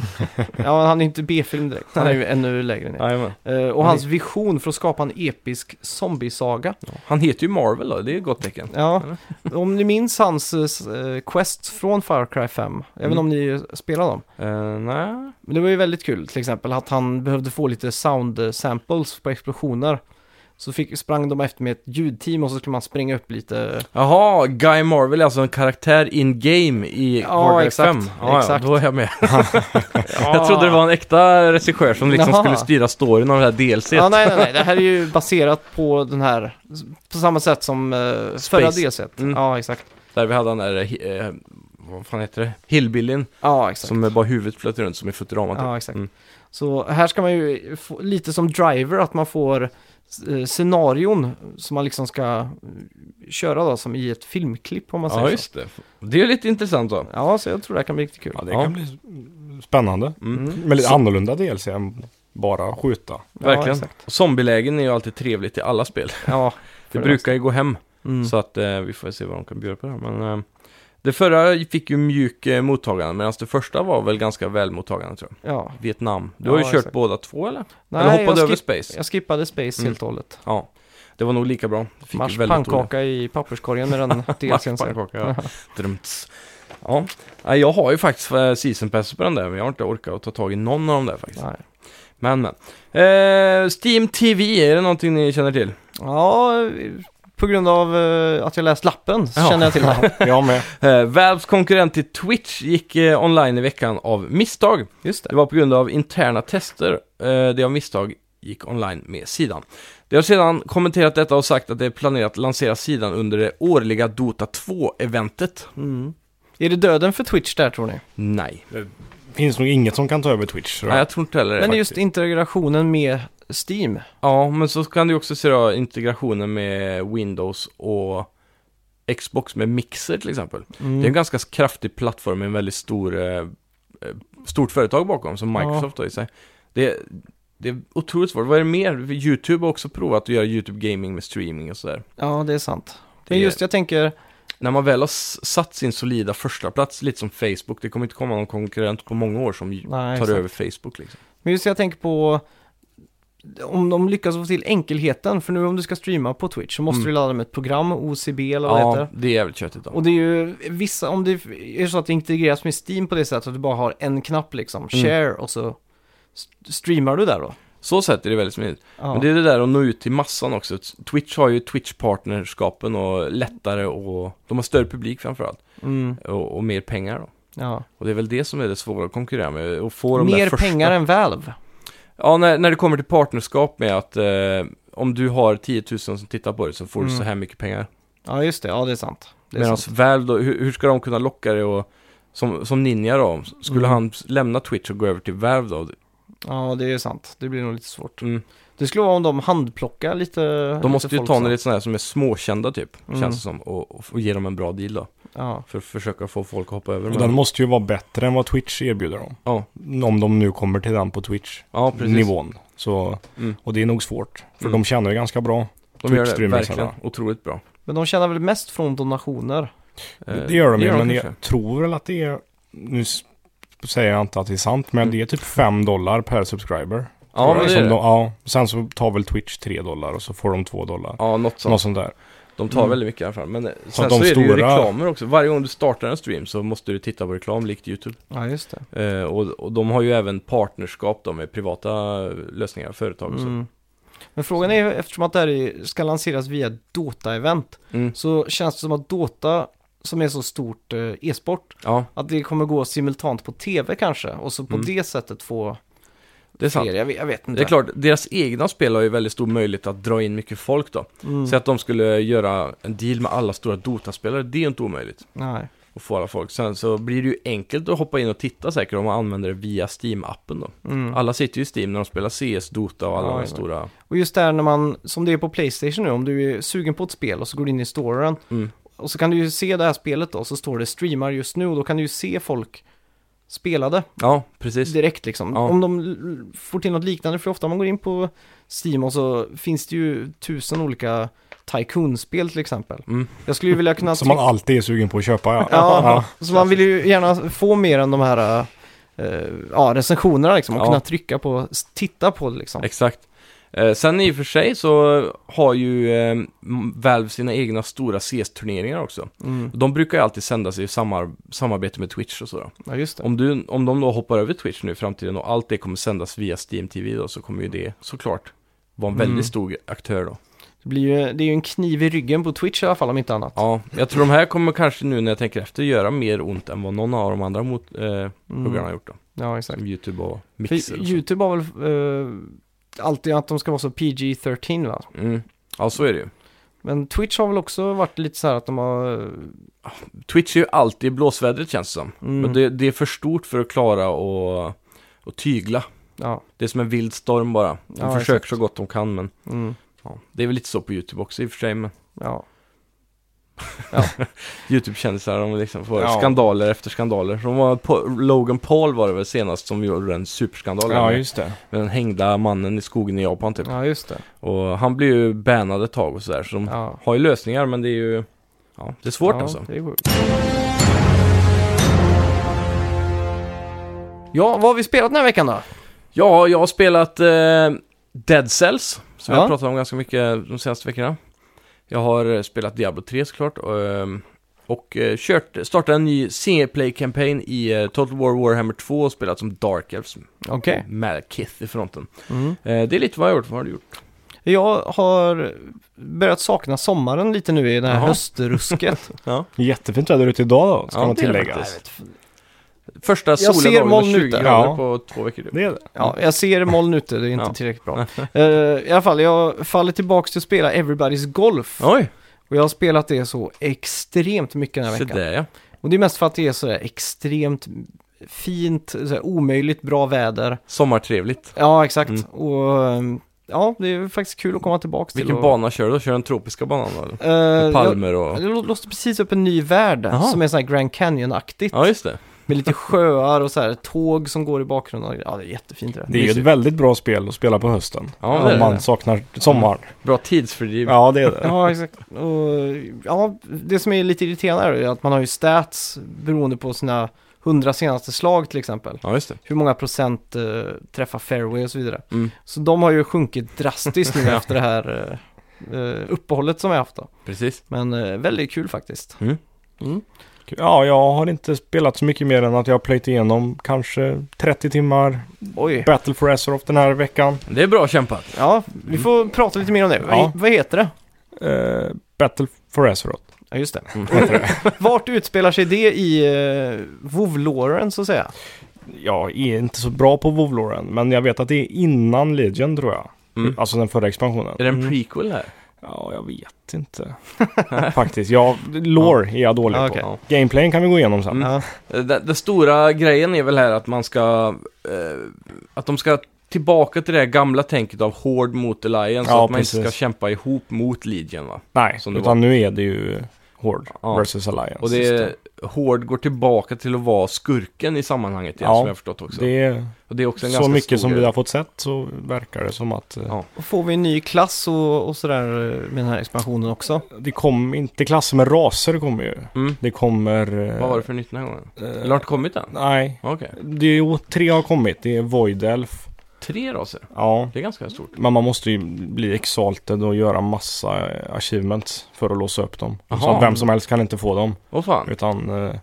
Speaker 1: ja, han är inte B-film direkt, han är ju ännu lägre ner.
Speaker 2: Jajamän.
Speaker 1: Eh, och
Speaker 2: Nej.
Speaker 1: hans vision för att skapa en episk zombiesaga.
Speaker 2: Han heter ju Marvel då, det är ett gott tecken.
Speaker 1: Ja,
Speaker 2: Eller?
Speaker 1: om ni minns hans eh, quest från Far Cry 5, även
Speaker 2: Mm.
Speaker 1: om ni spelar dem.
Speaker 2: Eh, nej.
Speaker 1: Men det var ju väldigt kul, till exempel att han behövde få lite sound eh, samples på explosioner. Så fick, sprang de efter med ett ljudteam och så skulle man springa upp lite.
Speaker 2: Jaha, Guy Marvel är alltså en karaktär in game i
Speaker 1: Ja,
Speaker 2: Far Cry
Speaker 1: exakt,
Speaker 2: 5. Ja,
Speaker 1: exakt.
Speaker 2: Ja, då är jag med. Jag trodde det var en äkta regissör som liksom
Speaker 1: Jaha.
Speaker 2: skulle styra storyn av det här DLC.
Speaker 1: Ja, nej, nej, nej, det här är ju baserat på den här, på samma sätt som uh, förra DLCt.
Speaker 2: Mm.
Speaker 1: Ja, exakt.
Speaker 2: Där vi hade den där, eh, hi- eh, vad fan heter det, Hillbillyn.
Speaker 1: Ja, exakt.
Speaker 2: Som eh, bara huvudet flöt runt som i Futurama. typ.
Speaker 1: Ja, exakt.
Speaker 2: Mm.
Speaker 1: Så här ska man ju få, lite som driver, att man får eh, scenarion som man liksom ska eh, köra då, som i ett filmklipp om man säger
Speaker 2: ja just det. Det är ju lite intressant då.
Speaker 1: så. Ja, så jag tror det här kan bli riktigt kul.
Speaker 3: Ja, det
Speaker 2: Ja.
Speaker 3: kan bli spännande.
Speaker 2: Mm.
Speaker 1: Mm.
Speaker 3: Men lite annorlunda dels än bara skjuta.
Speaker 1: Ja,
Speaker 2: Verkligen.
Speaker 1: exakt.
Speaker 2: Och Zombielägen är ju alltid trevligt i alla spel.
Speaker 1: Ja,
Speaker 2: Det
Speaker 1: det
Speaker 2: brukar ju gå hem.
Speaker 1: mm.
Speaker 2: Så att eh, vi får se vad de kan bjuda på det här. Men, eh, det förra fick ju mjuk eh, mottagande medan det första var väl ganska välmottagande tror jag.
Speaker 1: ja.
Speaker 2: Vietnam. Du
Speaker 1: Ja,
Speaker 2: har ju kört
Speaker 1: exakt.
Speaker 2: båda två eller?
Speaker 1: Nej,
Speaker 2: eller hoppade
Speaker 1: jag,
Speaker 2: över
Speaker 1: skip-
Speaker 2: Space?
Speaker 1: jag skippade Space
Speaker 2: Mm.
Speaker 1: helt och hållet.
Speaker 2: Ja. Det var nog lika bra. Det Fick
Speaker 1: Mars
Speaker 2: väldigt olika.
Speaker 1: pannkaka i papperskorgen med den DLCn. sen.
Speaker 2: Marspannkaka, ja. Drumts. Ja, Nej, jag har ju faktiskt eh, season pass på den där, men jag har inte orkat att ta tag i någon av dem där faktiskt.
Speaker 1: Nej.
Speaker 2: Men, men. Eh, Steam TV, är det någonting ni känner till?
Speaker 1: Ja, eh, på grund av eh, att jag läst lappen så
Speaker 2: Ja.
Speaker 1: känner jag till det.
Speaker 3: Jag med.
Speaker 2: Eh, Valves konkurrent till Twitch gick eh, online i veckan av misstag.
Speaker 1: Just det.
Speaker 2: Det var på grund av interna tester eh, det av misstag gick online med sidan. De har sedan kommenterat detta och sagt att det är planerat att lansera sidan under det årliga Dota 2-eventet.
Speaker 1: Mm. Är det döden för Twitch där tror ni?
Speaker 2: Nej.
Speaker 3: Finns nog inget som kan ta över Twitch. tror
Speaker 2: Nej,
Speaker 3: jag.
Speaker 2: jag tror inte heller det.
Speaker 1: Men just integrationen med Steam.
Speaker 2: Ja, men så kan du också se då integrationen med Windows och Xbox med Mixer till exempel.
Speaker 1: Mm.
Speaker 2: Det är en ganska kraftig plattform med en väldigt stor, eh, eh, stort företag bakom, som
Speaker 1: Ja.
Speaker 2: Microsoft har i sig. Det, det är otroligt svårt. Vad är det mer? YouTube har också provat att göra YouTube Gaming med streaming och sådär.
Speaker 1: Ja, det är sant.
Speaker 2: Det
Speaker 1: Men just jag tänker,
Speaker 2: när man väl har s- satt sin solida första plats lite som Facebook, det kommer inte komma någon konkurrent på många år som tar
Speaker 1: exakt.
Speaker 2: över Facebook liksom.
Speaker 1: Men just jag tänker på om de lyckas få till enkelheten, för nu om du ska streama på Twitch så måste
Speaker 2: Mm.
Speaker 1: du ladda med ett program, OCB eller vad det
Speaker 2: Ja,
Speaker 1: heter.
Speaker 2: det är jävligt köttigt då.
Speaker 1: Och det är ju vissa, om det är så att det integreras med Steam på det sättet att du bara har en knapp liksom,
Speaker 2: Mm.
Speaker 1: share och så st- streamar du där då.
Speaker 2: Så sätt är det väldigt smidigt.
Speaker 1: Ja.
Speaker 2: Men det är det där att nå ut till massan också. Twitch har ju Twitch-partnerskapen och lättare och de har större publik framförallt.
Speaker 1: mm,
Speaker 2: Och, och mer pengar då.
Speaker 1: ja.
Speaker 2: Och det är väl det som är det svåra att konkurrera med. Och få de där
Speaker 1: Mer
Speaker 2: första...
Speaker 1: pengar än Valve.
Speaker 2: Ja, när, när det kommer till partnerskap med att eh, om du har 10 000 som tittar på det så får du
Speaker 1: Mm.
Speaker 2: så här mycket pengar.
Speaker 1: Ja, just det. Ja, det är sant. Det är
Speaker 2: Medan
Speaker 1: sant.
Speaker 2: Valve då, hur, hur ska de kunna locka det och som, som Ninja då, skulle
Speaker 1: Mm.
Speaker 2: han lämna Twitch och gå över till Valve då?
Speaker 1: Ja, det är sant. Det blir nog lite svårt.
Speaker 2: Mm.
Speaker 1: Det skulle vara om de handplockar lite lite
Speaker 2: De måste ju
Speaker 1: folk
Speaker 2: ta
Speaker 1: så.
Speaker 2: några sådana här som är småkända typ,
Speaker 1: Mm.
Speaker 2: känns det som, och, och, och ge dem en bra deal då.
Speaker 1: Ja.
Speaker 2: För att försöka få folk att hoppa över.
Speaker 3: Och
Speaker 2: Men-
Speaker 3: den måste ju vara bättre än vad Twitch erbjuder dem.
Speaker 2: Ja,
Speaker 3: Om de nu kommer till den på Twitch-nivån.
Speaker 2: ja precis.
Speaker 3: Så,
Speaker 2: Mm.
Speaker 3: och det är nog svårt. För
Speaker 2: Mm.
Speaker 3: de tjänar ju ganska bra.
Speaker 2: De gör det
Speaker 3: Twitch-streamers,
Speaker 2: verkligen
Speaker 3: eller?
Speaker 2: otroligt bra.
Speaker 1: Men de tjänar väl mest från donationer?
Speaker 2: Eh,
Speaker 3: Det gör de ju, men
Speaker 2: kanske.
Speaker 3: jag tror väl att det är... Nu s- säger jag inte att det är sant, men
Speaker 2: Mm.
Speaker 3: det är typ 5 dollar per subscriber.
Speaker 2: Ja, men det
Speaker 3: Som
Speaker 2: är
Speaker 3: de,
Speaker 2: det.
Speaker 3: ja, sen så tar väl Twitch 3 dollar och så får de 2 dollar.
Speaker 2: Ja, något sånt.
Speaker 3: Något sånt där.
Speaker 2: De tar väldigt mycket i alla fall. Men eh, sen
Speaker 3: att
Speaker 2: så
Speaker 3: de
Speaker 2: är det ju
Speaker 3: stora-
Speaker 2: reklamer också. Varje gång du startar en stream så måste du titta på reklam, likt YouTube.
Speaker 1: Ja, just det.
Speaker 2: Eh, och, och de har ju även partnerskap då med privata eh, lösningar, företag och så.
Speaker 1: Mm. Men frågan är ju, eftersom att det här är- ska lanseras via Dota-event,
Speaker 2: Mm.
Speaker 1: så känns det som att Dota, som är så stort eh, e-sport,
Speaker 2: Ja,
Speaker 1: att det kommer gå simultant på tv kanske, och så på
Speaker 2: Mm.
Speaker 1: det sättet få
Speaker 2: det är sant.
Speaker 1: fler, jag vet, jag vet inte.
Speaker 2: Det är klart, deras egna spel har ju väldigt stor möjlighet att dra in mycket folk då.
Speaker 1: Mm.
Speaker 2: Så att de skulle göra en deal med alla stora Dota-spelare, det är inte omöjligt.
Speaker 1: Nej.
Speaker 2: Att få alla folk. Sen så blir det ju enkelt att hoppa in och titta säkert om man använder det via Steam-appen då.
Speaker 1: Mm.
Speaker 2: Alla sitter ju i Steam när de spelar CS, Dota och alla
Speaker 1: Ja,
Speaker 2: de här
Speaker 1: jajamän.
Speaker 2: stora.
Speaker 1: Och just där när man, som det är på Playstation nu, om du är sugen på ett spel och så går du in i storen,
Speaker 2: Mm.
Speaker 1: och så kan du ju se det här spelet då, så står det streamar just nu, och då kan du ju se folk spela det.
Speaker 2: Ja, precis.
Speaker 1: direkt liksom.
Speaker 2: Ja.
Speaker 1: Om de l- får till något liknande, för ofta om man går in på Steam och så finns det ju tusen olika Tycoon-spel till exempel.
Speaker 2: Mm.
Speaker 1: Jag skulle ju vilja kunna...
Speaker 3: Som man
Speaker 1: tryck-
Speaker 3: alltid är sugen på att köpa, ja.
Speaker 1: ja, så man vill ju gärna få mer än de här eh, ja, recensionerna liksom och
Speaker 2: Ja.
Speaker 1: kunna trycka på, s- titta på det liksom.
Speaker 2: Exakt. Eh, sen i och för sig så har ju eh, Valve sina egna stora CS-turneringar också.
Speaker 1: Mm.
Speaker 2: De brukar ju alltid sändas i samar- samarbete med Twitch och sådär.
Speaker 1: Ja, just det.
Speaker 2: Om, du, om de då hoppar över Twitch nu i framtiden och allt det kommer sändas via Steam TV då, så kommer ju det såklart vara en väldigt
Speaker 1: Mm.
Speaker 2: stor aktör då.
Speaker 1: Det, blir ju, det är ju en kniv i ryggen på Twitch i alla fall om inte annat.
Speaker 2: Ja, jag tror de här kommer kanske nu när jag tänker efter göra mer ont än vad någon av de andra mot, eh, programmen har gjort då.
Speaker 1: Mm. Ja, exakt.
Speaker 2: Som YouTube och
Speaker 1: För
Speaker 2: Mixer och så.
Speaker 1: YouTube har väl eh, alltid att de ska vara så PG-13 va?
Speaker 2: Mm. Ja, så är det ju.
Speaker 1: Men Twitch har väl också varit lite så här att de har... eh,
Speaker 2: Twitch är ju alltid i blåsvädret känns det som.
Speaker 1: Mm.
Speaker 2: Men det, det är för stort för att klara och, och tygla.
Speaker 1: Ja,
Speaker 2: Det är som en vild storm bara. De
Speaker 1: Ja,
Speaker 2: försöker
Speaker 1: exakt.
Speaker 2: så gott de kan men
Speaker 1: mm,
Speaker 2: ja. det är väl lite så på YouTube också i och för sig. Men
Speaker 1: ja.
Speaker 2: YouTube-kändisar, de liksom får
Speaker 3: Ja.
Speaker 2: skandaler efter skandaler. Som var på, Logan Paul var det väl senast som gjorde en superskandal.
Speaker 3: Ja,
Speaker 2: med-
Speaker 3: just det.
Speaker 2: med den hängda mannen i skogen i Japan typ.
Speaker 1: ja, just det.
Speaker 2: Och han blev ju bannad ett tag och sådär. Så de
Speaker 1: Ja.
Speaker 2: har ju lösningar men det är ju... Ja, det är svårt
Speaker 1: ja,
Speaker 2: alltså.
Speaker 1: det är sjukt. Ja, vad har vi spelat den här veckan då?
Speaker 2: Ja, jag har spelat eh, Dead Cells, som
Speaker 1: Ja.
Speaker 2: jag har pratat om ganska mycket de senaste veckorna. Jag har eh, spelat Diablo 3 såklart och, ehm, och eh, kört, startat en ny single play campaign i eh, Total War Warhammer 2 och spelat som Dark Elves.
Speaker 1: Okej.
Speaker 2: Malekith i fronten.
Speaker 1: Mm.
Speaker 2: Eh, det är lite vad jag har gjort. Vad har du gjort?
Speaker 1: Jag har börjat sakna sommaren lite nu i det här
Speaker 2: Jaha.
Speaker 1: höstrusket.
Speaker 2: Ja.
Speaker 3: Jättefint väder ute idag då, ska
Speaker 2: Ja,
Speaker 3: man
Speaker 2: det är det
Speaker 3: tillägga.
Speaker 2: faktiskt. Första
Speaker 1: Jag
Speaker 2: soliga
Speaker 1: ser
Speaker 2: dagen
Speaker 1: moln
Speaker 2: med 20
Speaker 1: ute.
Speaker 2: grader
Speaker 3: Ja.
Speaker 2: på två veckor. typ.
Speaker 3: Det är det.
Speaker 1: Ja, jag ser moln ute, det är inte
Speaker 2: Ja.
Speaker 1: tillräckligt bra. Eh, I alla fall, jag faller tillbaka till att spela Everybody's Golf.
Speaker 2: Oj,
Speaker 1: Och jag har spelat det så extremt mycket den här
Speaker 2: se
Speaker 1: veckan.
Speaker 2: där ja.
Speaker 1: Och det är mest för att det är så där extremt fint, så här omöjligt bra väder.
Speaker 2: Sommartrevligt.
Speaker 1: Ja, exakt.
Speaker 2: Mm.
Speaker 1: Och ehm, ja, det är faktiskt kul att komma tillbaka till.
Speaker 2: Vilken
Speaker 1: och-
Speaker 2: bana kör du då? Kör du den tropiska banan då? eller?
Speaker 1: Eh,
Speaker 2: Med palmer och...
Speaker 1: Jag, jag låste precis upp en ny värld
Speaker 2: Jaha.
Speaker 1: som är sån här Grand Canyon-aktigt.
Speaker 2: Ja, just det.
Speaker 1: Med lite sjöar och så här, tåg som går i bakgrunden. och grejer. Ja, det är jättefint det där.
Speaker 3: Det är ju ett
Speaker 2: Mysigt.
Speaker 3: väldigt bra spel att spela på hösten.
Speaker 2: Ja,
Speaker 1: det är
Speaker 3: om
Speaker 1: det.
Speaker 3: man saknar sommaren.
Speaker 2: Bra tidsfördriv.
Speaker 3: Ja, det är det.
Speaker 1: Ja, exakt. Och, ja, det som är lite irriterande är ju att man har ju stats beroende på sina hundra senaste slag till exempel.
Speaker 2: Ja, just det.
Speaker 1: Hur många procent eh, träffar fairway och så vidare.
Speaker 2: Mm.
Speaker 1: Så de har ju sjunkit drastiskt nu efter det här eh, eh, uppehållet som vi haft då.
Speaker 2: Precis.
Speaker 1: Men eh, väldigt kul faktiskt.
Speaker 3: Ja, jag har inte spelat så mycket mer än att jag har plöjt igenom kanske 30 timmar
Speaker 1: Oj.
Speaker 3: Battle for Azeroth den här veckan.
Speaker 2: Det är bra kämpat.
Speaker 1: Ja, vi får prata lite mer om det.
Speaker 3: Ja.
Speaker 1: Vad, vad heter det?
Speaker 3: Eh, Battle for Azeroth.
Speaker 1: Ja, just det.
Speaker 2: Mm.
Speaker 3: Mm.
Speaker 1: Vart utspelar sig det i uh, WoW-låren så att säga?
Speaker 3: Jag är inte så bra på WoW än, men jag vet att det är innan Legion tror jag.
Speaker 2: Mm.
Speaker 3: Alltså den förra expansionen.
Speaker 2: Är det en
Speaker 1: Mm.
Speaker 2: prequel här?
Speaker 3: Ja, jag vet inte. Faktiskt. Ja, lore är jag dålig
Speaker 1: Ja,
Speaker 3: på.
Speaker 1: Ah, okej.
Speaker 3: Gameplayen kan vi gå igenom sen.
Speaker 2: Mm.
Speaker 1: Ja.
Speaker 2: Den, den stora grejen är väl här att man ska... Eh, att de ska tillbaka till det här gamla tänket av hård mot Alliance.
Speaker 3: Ja,
Speaker 2: så att man
Speaker 3: precis.
Speaker 2: inte ska kämpa ihop mot Legion va?
Speaker 3: Nej,
Speaker 2: Som det var.
Speaker 3: utan nu är det ju Horde
Speaker 2: Ja.
Speaker 3: versus Alliance.
Speaker 2: Och det är, Hård går tillbaka till att vara skurken i sammanhanget igen,
Speaker 3: Ja,
Speaker 2: som jag har förstått också.
Speaker 3: Det är
Speaker 2: och det är också en
Speaker 3: så
Speaker 2: ganska stor
Speaker 3: mycket som vi
Speaker 2: grej.
Speaker 3: har fått sett så verkar det som att eh,
Speaker 2: Ja.
Speaker 1: Och får vi en ny klass och, och sådär eh, med den här expansionen också?
Speaker 3: det kom inte klasser med raser kommer ju.
Speaker 2: Mm.
Speaker 3: Det kommer... eh,
Speaker 2: Vad var det för nytt den här gången?
Speaker 3: eh,
Speaker 2: Eller har det kommit än?
Speaker 3: Nej,
Speaker 2: Okej.
Speaker 3: det är, jo, tre har kommit. Det är Void Elf.
Speaker 2: Tre raser?
Speaker 3: Ja.
Speaker 2: Det är ganska stort.
Speaker 3: Men man måste ju bli exalted och göra massa eh, achievements för att låsa upp dem. Så
Speaker 2: Jaha.
Speaker 3: att vem som helst kan inte få dem.
Speaker 2: Åh fan.
Speaker 3: Utan eh,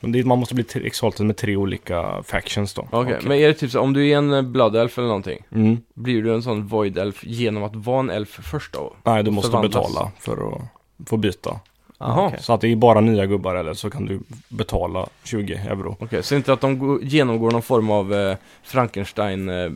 Speaker 3: men det, man måste bli tre- exalted med tre olika factions då.
Speaker 2: Okej, men är det typ så, om du är en eh, Blood Elf eller någonting,
Speaker 3: Mm.
Speaker 2: blir du en sån Void Elf genom att vara en Elf först då?
Speaker 3: Nej, du måste
Speaker 2: Förvandlas.
Speaker 3: betala för att få byta.
Speaker 1: Ja,
Speaker 2: Jaha.
Speaker 1: okej.
Speaker 3: Så att det är bara nya gubbar eller så kan du betala 20 euro.
Speaker 2: Okej, så inte att de go- genomgår någon form av eh, Frankenstein eh,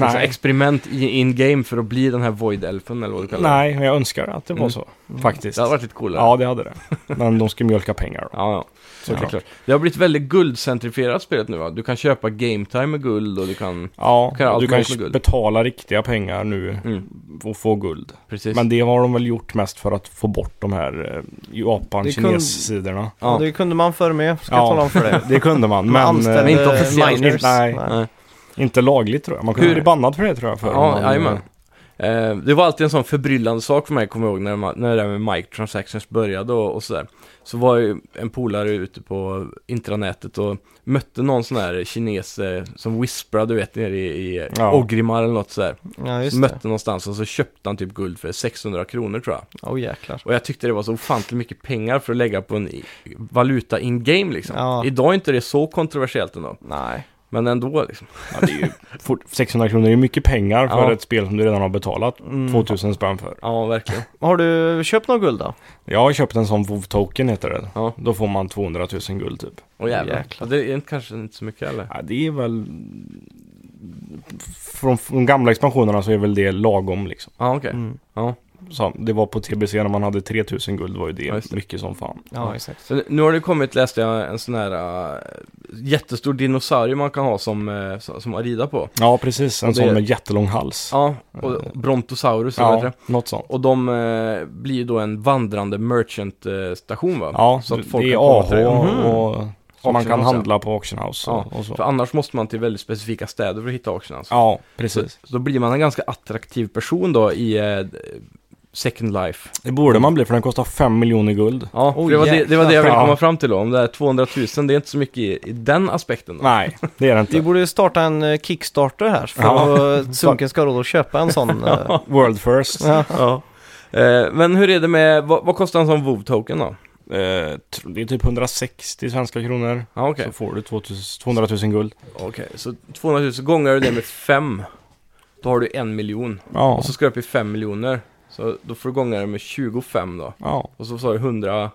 Speaker 2: alltså experiment i- in-game för att bli den här Void Elfen eller vad du kallar det?
Speaker 3: Nej, men jag önskar att det var
Speaker 2: Mm.
Speaker 3: så. Faktiskt.
Speaker 2: Det hade varit lite coolare.
Speaker 3: Ja, det hade det. Men de ska mjölka pengar då,
Speaker 2: Ja, ja. Det, är
Speaker 3: såklart. Ja,
Speaker 2: klart. det har blivit väldigt guldcentrifierat spelet nu va? Du kan köpa game time med guld och du kan... Du kan
Speaker 3: och
Speaker 2: allt
Speaker 3: du kan
Speaker 2: möjligt med guld.
Speaker 3: betala riktiga pengar nu
Speaker 2: Mm,
Speaker 3: och få guld.
Speaker 2: precis.
Speaker 3: Men det har de väl gjort mest för att få bort de här eh,
Speaker 1: Det kunde-
Speaker 3: Japan-kines-sidorna.
Speaker 1: Ja,
Speaker 2: Ja.
Speaker 1: det kunde man förr med, ska
Speaker 3: Ja.
Speaker 1: jag tala om för dig.
Speaker 3: Det kunde man,
Speaker 1: Man
Speaker 3: men
Speaker 1: anställde
Speaker 3: eh,
Speaker 2: Men inte officiellt.
Speaker 1: miners.
Speaker 3: Nej.
Speaker 2: Nej.
Speaker 3: inte lagligt tror jag. Man kunde
Speaker 2: Hur-
Speaker 3: bli bannad för det tror jag förr.
Speaker 2: Ja,
Speaker 3: men,
Speaker 2: jajamän.
Speaker 3: eh,
Speaker 2: Eh, det var alltid en sån förbryllande sak för mig, kommer jag ihåg, när, ma- när det där med microtransactions började och, och sådär. Så var ju en polare ute på intranätet och mötte någon sån här kines eh, som whisprade, du vet, nere i, i
Speaker 3: Ja.
Speaker 2: Ogrimar eller något sådär.
Speaker 1: Ja, just
Speaker 2: Mötte
Speaker 1: det.
Speaker 2: någonstans och så köpte han typ guld för 600 kronor tror jag.
Speaker 1: Åh jäklar.
Speaker 2: Och jag tyckte det var så ofantligt mycket pengar för att lägga på en i- valuta in-game liksom.
Speaker 1: Ja.
Speaker 2: Idag är inte det så kontroversiellt ändå,
Speaker 1: Nej.
Speaker 2: men ändå liksom.
Speaker 3: Ja, det är ju fort- 600 kronor är ju mycket pengar för
Speaker 2: Ja.
Speaker 3: ett spel som du redan har betalat
Speaker 1: Mm.
Speaker 3: 2000 spänn för.
Speaker 2: Ja, verkligen.
Speaker 1: Har du köpt något guld då?
Speaker 3: Jag har köpt en sån WoW token heter det.
Speaker 2: Ja.
Speaker 3: Då får man 200 000 guld typ.
Speaker 2: Och jävlar.
Speaker 1: Jäklar.
Speaker 2: Ja, det är inte- kanske inte så mycket heller.
Speaker 3: Ja, det är väl... Från de gamla expansionerna så är väl det lagom liksom.
Speaker 2: Ja, okej.
Speaker 1: Mm.
Speaker 2: Ja.
Speaker 3: Så det var på TBC när man hade 3000 guld var ju det,
Speaker 2: Ja, just det.
Speaker 3: mycket som fan.
Speaker 1: Ja, exakt.
Speaker 2: Så nu har det kommit, läste jag, en sån här äh, jättestor dinosaurie man kan ha som, äh, som att rida på.
Speaker 3: Ja, precis. En
Speaker 2: Och det-
Speaker 3: sån med jättelång hals.
Speaker 2: Ja, och Brontosaurus eller vad heter
Speaker 3: Mm. Ja,
Speaker 2: det.
Speaker 3: något sånt.
Speaker 2: Och de äh, blir ju då en vandrande merchant-station va?
Speaker 3: Ja,
Speaker 2: så att
Speaker 3: det-
Speaker 2: folk
Speaker 3: det är
Speaker 2: kan komma
Speaker 3: AH
Speaker 2: till det. Mm-hmm.
Speaker 1: Mhm.
Speaker 3: och så man
Speaker 2: Auction
Speaker 3: kan
Speaker 2: House, ja.
Speaker 3: handla på auction house
Speaker 2: Ja,
Speaker 3: och, och så.
Speaker 2: För annars måste man till väldigt specifika städer för att hitta auction alltså.
Speaker 3: Mm-hmm. Ja, precis.
Speaker 2: Så då blir man en ganska attraktiv person då i äh, Second Life.
Speaker 3: Det borde man bli för den kostar 5 miljoner guld.
Speaker 2: Ja,
Speaker 1: Oh,
Speaker 2: för det, var det, det var det jag ville
Speaker 3: jäklar.
Speaker 2: komma fram till då. Om det är 200 000, det är inte så mycket i, i den aspekten. Då.
Speaker 3: Nej, det är det
Speaker 1: Vi
Speaker 3: inte.
Speaker 1: borde starta en eh, Kickstarter här för
Speaker 3: Ja.
Speaker 1: att Sunken ska ha råd att köpa en sån. eh,
Speaker 3: World first.
Speaker 1: Ja.
Speaker 2: Ja. Eh, men hur är det med, vad, vad kostar en sån WoW-token då?
Speaker 3: Eh, tr- det är typ 160 svenska kronor.
Speaker 2: Ja, okej.
Speaker 3: Så får du 2000, 200 000 guld.
Speaker 2: Okej, så 200 000 gånger du det med 5. Då har du en miljon.
Speaker 3: Ja,
Speaker 2: Och så ska du upp i 5 miljoner. Så då får du gånga det med 25 då.
Speaker 3: ja.
Speaker 2: Och så sa du 100...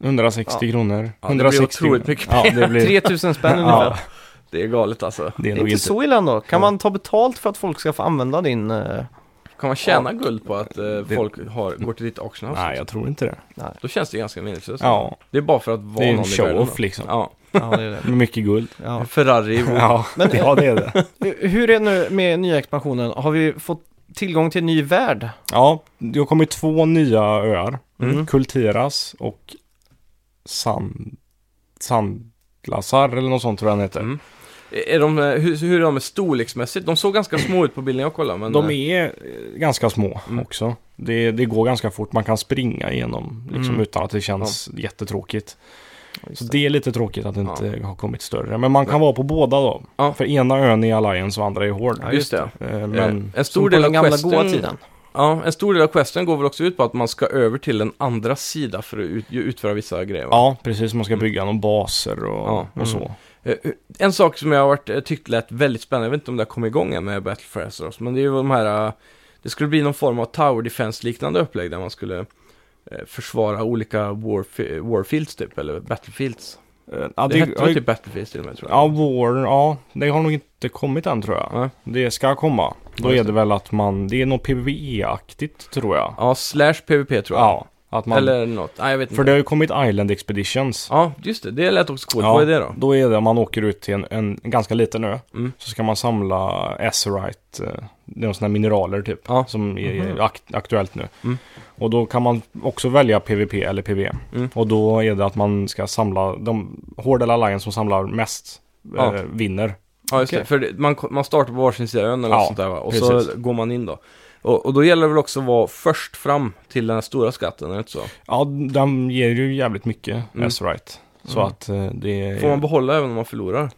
Speaker 3: 160
Speaker 1: Ja.
Speaker 3: kronor.
Speaker 2: Ja, det blir otroligt mycket
Speaker 3: Ja, det blir...
Speaker 1: 3000 spänn
Speaker 3: Ja.
Speaker 1: ungefär.
Speaker 2: Det är galet alltså.
Speaker 3: Det
Speaker 1: Det
Speaker 3: är
Speaker 1: är
Speaker 3: nog
Speaker 1: inte
Speaker 3: inte...
Speaker 1: så illa ändå. Kan man ta betalt för att folk ska få använda din... eh,
Speaker 2: Kan man tjäna guld på att eh,
Speaker 3: Det-
Speaker 2: folk har, går till ditt auction house?
Speaker 3: Nej, jag tror inte det.
Speaker 2: Då känns det ganska meningslöst.
Speaker 3: Ja,
Speaker 2: Det är bara för att
Speaker 3: det
Speaker 2: vara
Speaker 3: är en
Speaker 2: någon i världen.
Speaker 3: show-off
Speaker 2: då.
Speaker 3: liksom.
Speaker 2: Ja,
Speaker 1: Ja, det är det.
Speaker 3: Med mycket guld.
Speaker 1: Ja.
Speaker 2: en Ferrari i WoW.
Speaker 3: Ja, ja, det är det.
Speaker 1: Hur är det nu med nya expansionen? Har vi fått tillgång till en ny värld?
Speaker 3: Ja, det har kommit två nya öar.
Speaker 1: Mm.
Speaker 3: Kultiras och San... Sandlasar eller något sånt tror jag den heter.
Speaker 2: Mm. Är de, eh, hur, hur är de storleksmässigt? De såg ganska små ut på bilden jag kollade, men...
Speaker 3: De
Speaker 2: eh,
Speaker 3: är eh, ganska små
Speaker 2: Mm.
Speaker 3: också. Det, det går ganska fort, man kan springa igenom liksom,
Speaker 1: Mm.
Speaker 3: utan att det känns jättetråkigt. Så det är lite tråkigt att det
Speaker 2: Ja.
Speaker 3: inte har kommit större. Men man kan vara på båda då.
Speaker 2: Ja.
Speaker 3: För ena ön är Alliance och andra är Horde.
Speaker 2: just det.
Speaker 3: Eh,
Speaker 2: Eh,
Speaker 3: Men
Speaker 2: en
Speaker 1: Som på
Speaker 2: stor del av
Speaker 1: den gamla goa
Speaker 2: questen...
Speaker 1: tiden.
Speaker 2: Ja, en stor del av questen går väl också ut på att man ska över till den andra sidan för att ut, utföra vissa grejer. va?
Speaker 3: ja, precis. Man ska bygga någon baser och,
Speaker 2: Mm. Ja,
Speaker 3: och så.
Speaker 2: Eh, En sak som jag har varit, eh, tyckt lät väldigt spännande, jag vet inte om det har kommit igång än med Battle for Azeroth, men det är ju de här, eh, det skulle bli någon form av Tower defense liknande upplägg där man skulle eh, försvara olika warf- warfields typ, eller battlefields.
Speaker 3: Eh, Ja,
Speaker 2: det, hette
Speaker 3: har
Speaker 2: väl
Speaker 3: ju-
Speaker 2: typ battlefields till och med tror jag.
Speaker 3: Ja, War, ja, det har nog inte kommit än tror jag.
Speaker 2: Nej.
Speaker 3: Det ska komma.
Speaker 2: Ja,
Speaker 3: Då
Speaker 2: just
Speaker 3: är det väl att man, det är något PVE-aktigt tror jag.
Speaker 2: Ja, slash PVP tror jag.
Speaker 3: Ja, att man,
Speaker 2: Eller något, nej jag vet
Speaker 3: för
Speaker 2: inte.
Speaker 3: det har ju kommit Island Expeditions.
Speaker 2: Ja, just det, det lät också coolt.
Speaker 3: Ja,
Speaker 2: Vad är det då?
Speaker 3: Då är det om man åker ut till en, en ganska liten ö.
Speaker 2: Mm.
Speaker 3: Så ska man samla Azerite, eh, det är några sådana här mineraler typ.
Speaker 2: Ja. Mhm.
Speaker 3: Som är akt, aktuellt nu.
Speaker 2: Mm.
Speaker 3: Och då kan man också välja PVP eller PV.
Speaker 2: Mm.
Speaker 3: Och då är det att man ska samla, de Hård eller Alliance som samlar mest
Speaker 2: Ja.
Speaker 3: eh, vinner.
Speaker 2: Ja, just det.
Speaker 1: Okej.
Speaker 2: För det- man, ko- man startar på varsin sida ön eller
Speaker 3: Ja,
Speaker 2: något sånt där va? Och
Speaker 3: precis.
Speaker 2: så går man in då. Och, och då gäller det väl också att vara först fram till den här stora skatten, är det inte så?
Speaker 3: Ja, de ger ju jävligt mycket
Speaker 2: Mm.
Speaker 3: mm. Azerite. Så
Speaker 2: Mm.
Speaker 3: att eh, det är...
Speaker 2: Får man behålla även om man förlorar?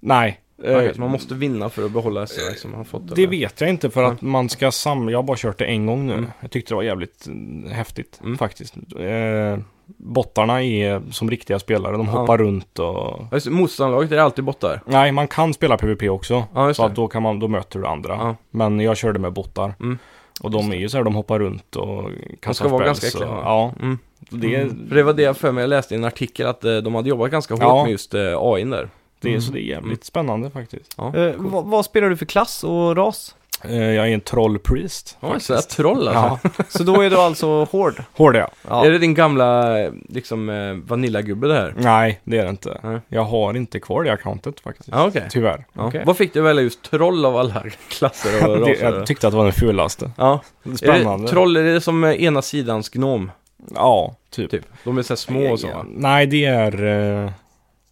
Speaker 3: Nej. eh,
Speaker 2: Okej, så man måste vinna för att behålla SRI som man har fått?
Speaker 3: Det
Speaker 2: eller?
Speaker 3: vet jag inte för att man ska samla, jag har bara kört det en gång nu.
Speaker 2: Mm.
Speaker 3: Jag tyckte det var jävligt mm, häftigt
Speaker 2: Mm.
Speaker 3: faktiskt. Eh, bottarna är som riktiga spelare, de
Speaker 2: Ja.
Speaker 3: hoppar runt och...
Speaker 2: Ja, just det. Motståndarlaget är alltid bottar.
Speaker 3: Nej, man kan spela PVP också.
Speaker 2: Ja, just
Speaker 3: så att
Speaker 2: det.
Speaker 3: då, kan man, då möter du andra.
Speaker 2: Ja.
Speaker 3: Men jag körde med bottar.
Speaker 2: Mm.
Speaker 3: Och de är ju så här, de hoppar runt och kastar
Speaker 2: ska vara
Speaker 3: spells
Speaker 2: ganska äckliga,
Speaker 3: och-
Speaker 2: va?
Speaker 3: Ja,
Speaker 2: Mm.
Speaker 3: det,
Speaker 2: För det var det jag för mig, jag läste i en artikel att eh, de hade jobbat ganska hårt
Speaker 3: Ja.
Speaker 2: med just eh, AI där.
Speaker 3: det, är- så det är jävligt
Speaker 2: Mm.
Speaker 3: spännande faktiskt.
Speaker 2: Ja,
Speaker 1: Eh, vad, vad spelar du för klass och ras?
Speaker 3: Eh, jag är en trollpriest.
Speaker 2: ja så där troll alltså.
Speaker 3: Ja,
Speaker 1: Så då är du alltså hård?
Speaker 3: hård är jag.
Speaker 1: Ja.
Speaker 2: Är det din gamla, eh, liksom, eh, vanillagubbe det här?
Speaker 3: Nej, det är det inte.
Speaker 2: Nej.
Speaker 3: Jag har inte kvar det accountet faktiskt.
Speaker 2: Ja, okej.
Speaker 3: Tyvärr.
Speaker 2: Ja.
Speaker 1: Okej.
Speaker 2: Vad fick du välja just troll av alla klasser och
Speaker 3: Det,
Speaker 2: raser?
Speaker 3: jag tyckte att det var den fulaste.
Speaker 2: ja. Är
Speaker 3: Spännande.
Speaker 2: det, troll, är det som eh, ena sidans gnom?
Speaker 3: Ja, typ.
Speaker 2: Typ. De är så här små och så va?
Speaker 3: Nej, det är eh,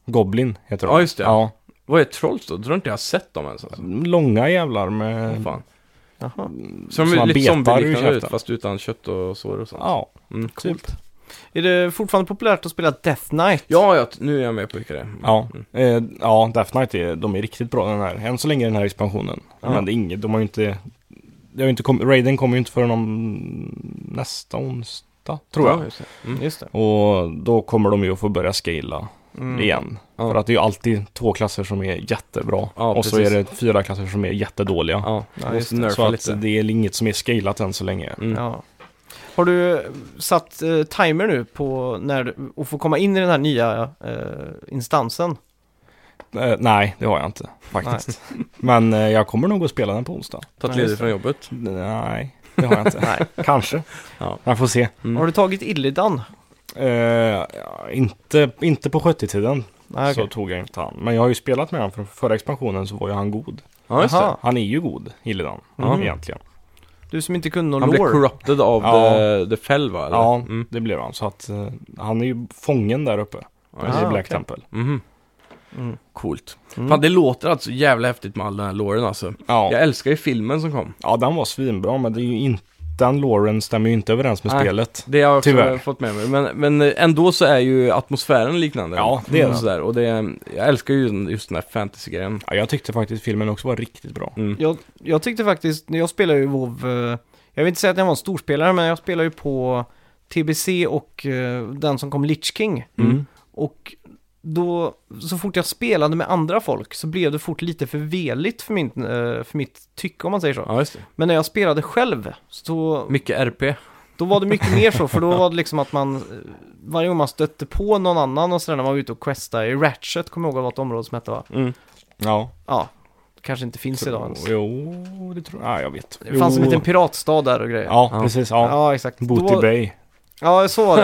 Speaker 3: Goblin heter de.
Speaker 2: Ja, just det.
Speaker 3: Ja.
Speaker 2: Vad är trolls då? Jag tror inte jag har sett dem ens alltså.
Speaker 3: Långa jävlar med...
Speaker 2: Fan.
Speaker 1: Jaha.
Speaker 2: Så de
Speaker 3: Så
Speaker 2: är
Speaker 3: Eh, man
Speaker 2: lite
Speaker 3: betar ur
Speaker 2: zombieliknande ut
Speaker 3: käften.
Speaker 2: fast utan kött och sår och sånt.
Speaker 3: Ja,
Speaker 2: Mm.
Speaker 3: typ.
Speaker 1: Är det fortfarande populärt att spela Death Knight?
Speaker 2: Ja, ja, t- nu är jag med på vilka det är. Mm.
Speaker 3: Ja, eh, ja Death Knight är, de är riktigt bra den här. Än så länge den här expansionen.
Speaker 1: Ja.
Speaker 3: Men det är inget, de har ju inte... Det har ju inte kom, Raiden kommer ju inte förrän om nästa onsdag, tror jag.
Speaker 2: Ja, just det. Mm.
Speaker 1: Just det.
Speaker 3: Och då kommer de ju att få börja scala
Speaker 1: Mm.
Speaker 3: igen.
Speaker 2: Ja.
Speaker 3: För att det är ju alltid två klasser som är jättebra.
Speaker 2: Ja,
Speaker 3: och så är
Speaker 2: precis.
Speaker 3: det fyra klasser som är jättedåliga.
Speaker 2: Ja, ja
Speaker 1: just
Speaker 2: just
Speaker 1: det.
Speaker 3: Så
Speaker 2: nerfa
Speaker 3: att eh,
Speaker 2: lite.
Speaker 3: det är inget som är scalat än så länge.
Speaker 2: Mm.
Speaker 1: Ja. Har du eh, satt eh, timer nu på när du- och får komma in i den här nya eh, instansen?
Speaker 3: Eh, nej, det har jag inte faktiskt. Men eh, jag kommer nog att spela den på onsdag.
Speaker 2: Tagit
Speaker 1: Ja, just
Speaker 2: ledigt från jobbet.
Speaker 3: Nej, det har jag inte.
Speaker 1: Nej.
Speaker 3: Kanske.
Speaker 2: Ja.
Speaker 3: Jag får se.
Speaker 2: Mm.
Speaker 1: Har du tagit Illidan?
Speaker 3: Eh, ja, inte, inte på 70-tiden
Speaker 1: Nej,
Speaker 3: så
Speaker 1: okej.
Speaker 3: tog jag inte han. Men jag har ju spelat med han från förra expansionen så var ju han god.
Speaker 2: Ja, just det.
Speaker 1: Aha.
Speaker 3: Han är ju god, Illidan,
Speaker 1: Mhm.
Speaker 3: egentligen.
Speaker 1: Du som inte kunde
Speaker 2: Han
Speaker 1: någon
Speaker 2: blev
Speaker 1: lore.
Speaker 2: corrupted av
Speaker 3: Ja.
Speaker 2: the, the Fell va? Eller?
Speaker 3: Ja,
Speaker 2: Mm.
Speaker 3: det blev han. Så att eh, han är ju fången där uppe
Speaker 2: Ja,
Speaker 3: i
Speaker 2: just det.
Speaker 3: Black
Speaker 1: okej.
Speaker 3: Temple.
Speaker 2: Mhm.
Speaker 1: Mm.
Speaker 2: Coolt.
Speaker 1: Mm.
Speaker 2: Fan, det låter alltså jävla häftigt med all den här låren alltså.
Speaker 3: Ja.
Speaker 2: Jag älskar ju filmen som kom.
Speaker 3: ja, den var svinbra men det är ju inte, den Lauren stämmer ju inte överens med
Speaker 2: Nej.
Speaker 3: spelet.
Speaker 2: Det har jag också
Speaker 3: Tyvärr.
Speaker 2: fått med mig. Men, men ändå så är ju atmosfären liknande.
Speaker 3: Ja, det är
Speaker 2: och
Speaker 3: den.
Speaker 2: sådär. Och det, jag älskar ju den- just den här fantasy-grejen.
Speaker 3: Ja, jag tyckte faktiskt filmen också var riktigt bra.
Speaker 2: Mm.
Speaker 1: Jag, jag tyckte faktiskt, när jag spelade ju WoW, eh, jag vill inte säga att jag var en storspelare, men jag spelade ju på TBC och eh, den som kom Lich King.
Speaker 3: Mm.
Speaker 1: Och då, så fort jag spelade med andra folk så blev det fort lite för veligt för, min, eh, för mitt tycke om man säger så.
Speaker 2: Ja, just det.
Speaker 1: Men när jag spelade själv, så
Speaker 2: Mycket RP.
Speaker 1: Då var det mycket mer så, för då var det liksom att man eh, varje gång man stötte på någon annan och sådär när man var ute och questade i Ratchet, kommer jag ihåg vad ett område som hette va?
Speaker 2: Mm.
Speaker 3: Ja.
Speaker 1: Ja, det kanske inte finns idag ens.
Speaker 3: Jo, det tror jag. Ja, jag vet.
Speaker 1: Det fanns en
Speaker 3: Jo.
Speaker 1: liten piratstad där och grejer.
Speaker 3: Ja,
Speaker 2: Ja.
Speaker 3: precis. Ja.
Speaker 1: Ja, exakt.
Speaker 3: Booty
Speaker 1: då,
Speaker 3: Bay.
Speaker 1: Ja, så var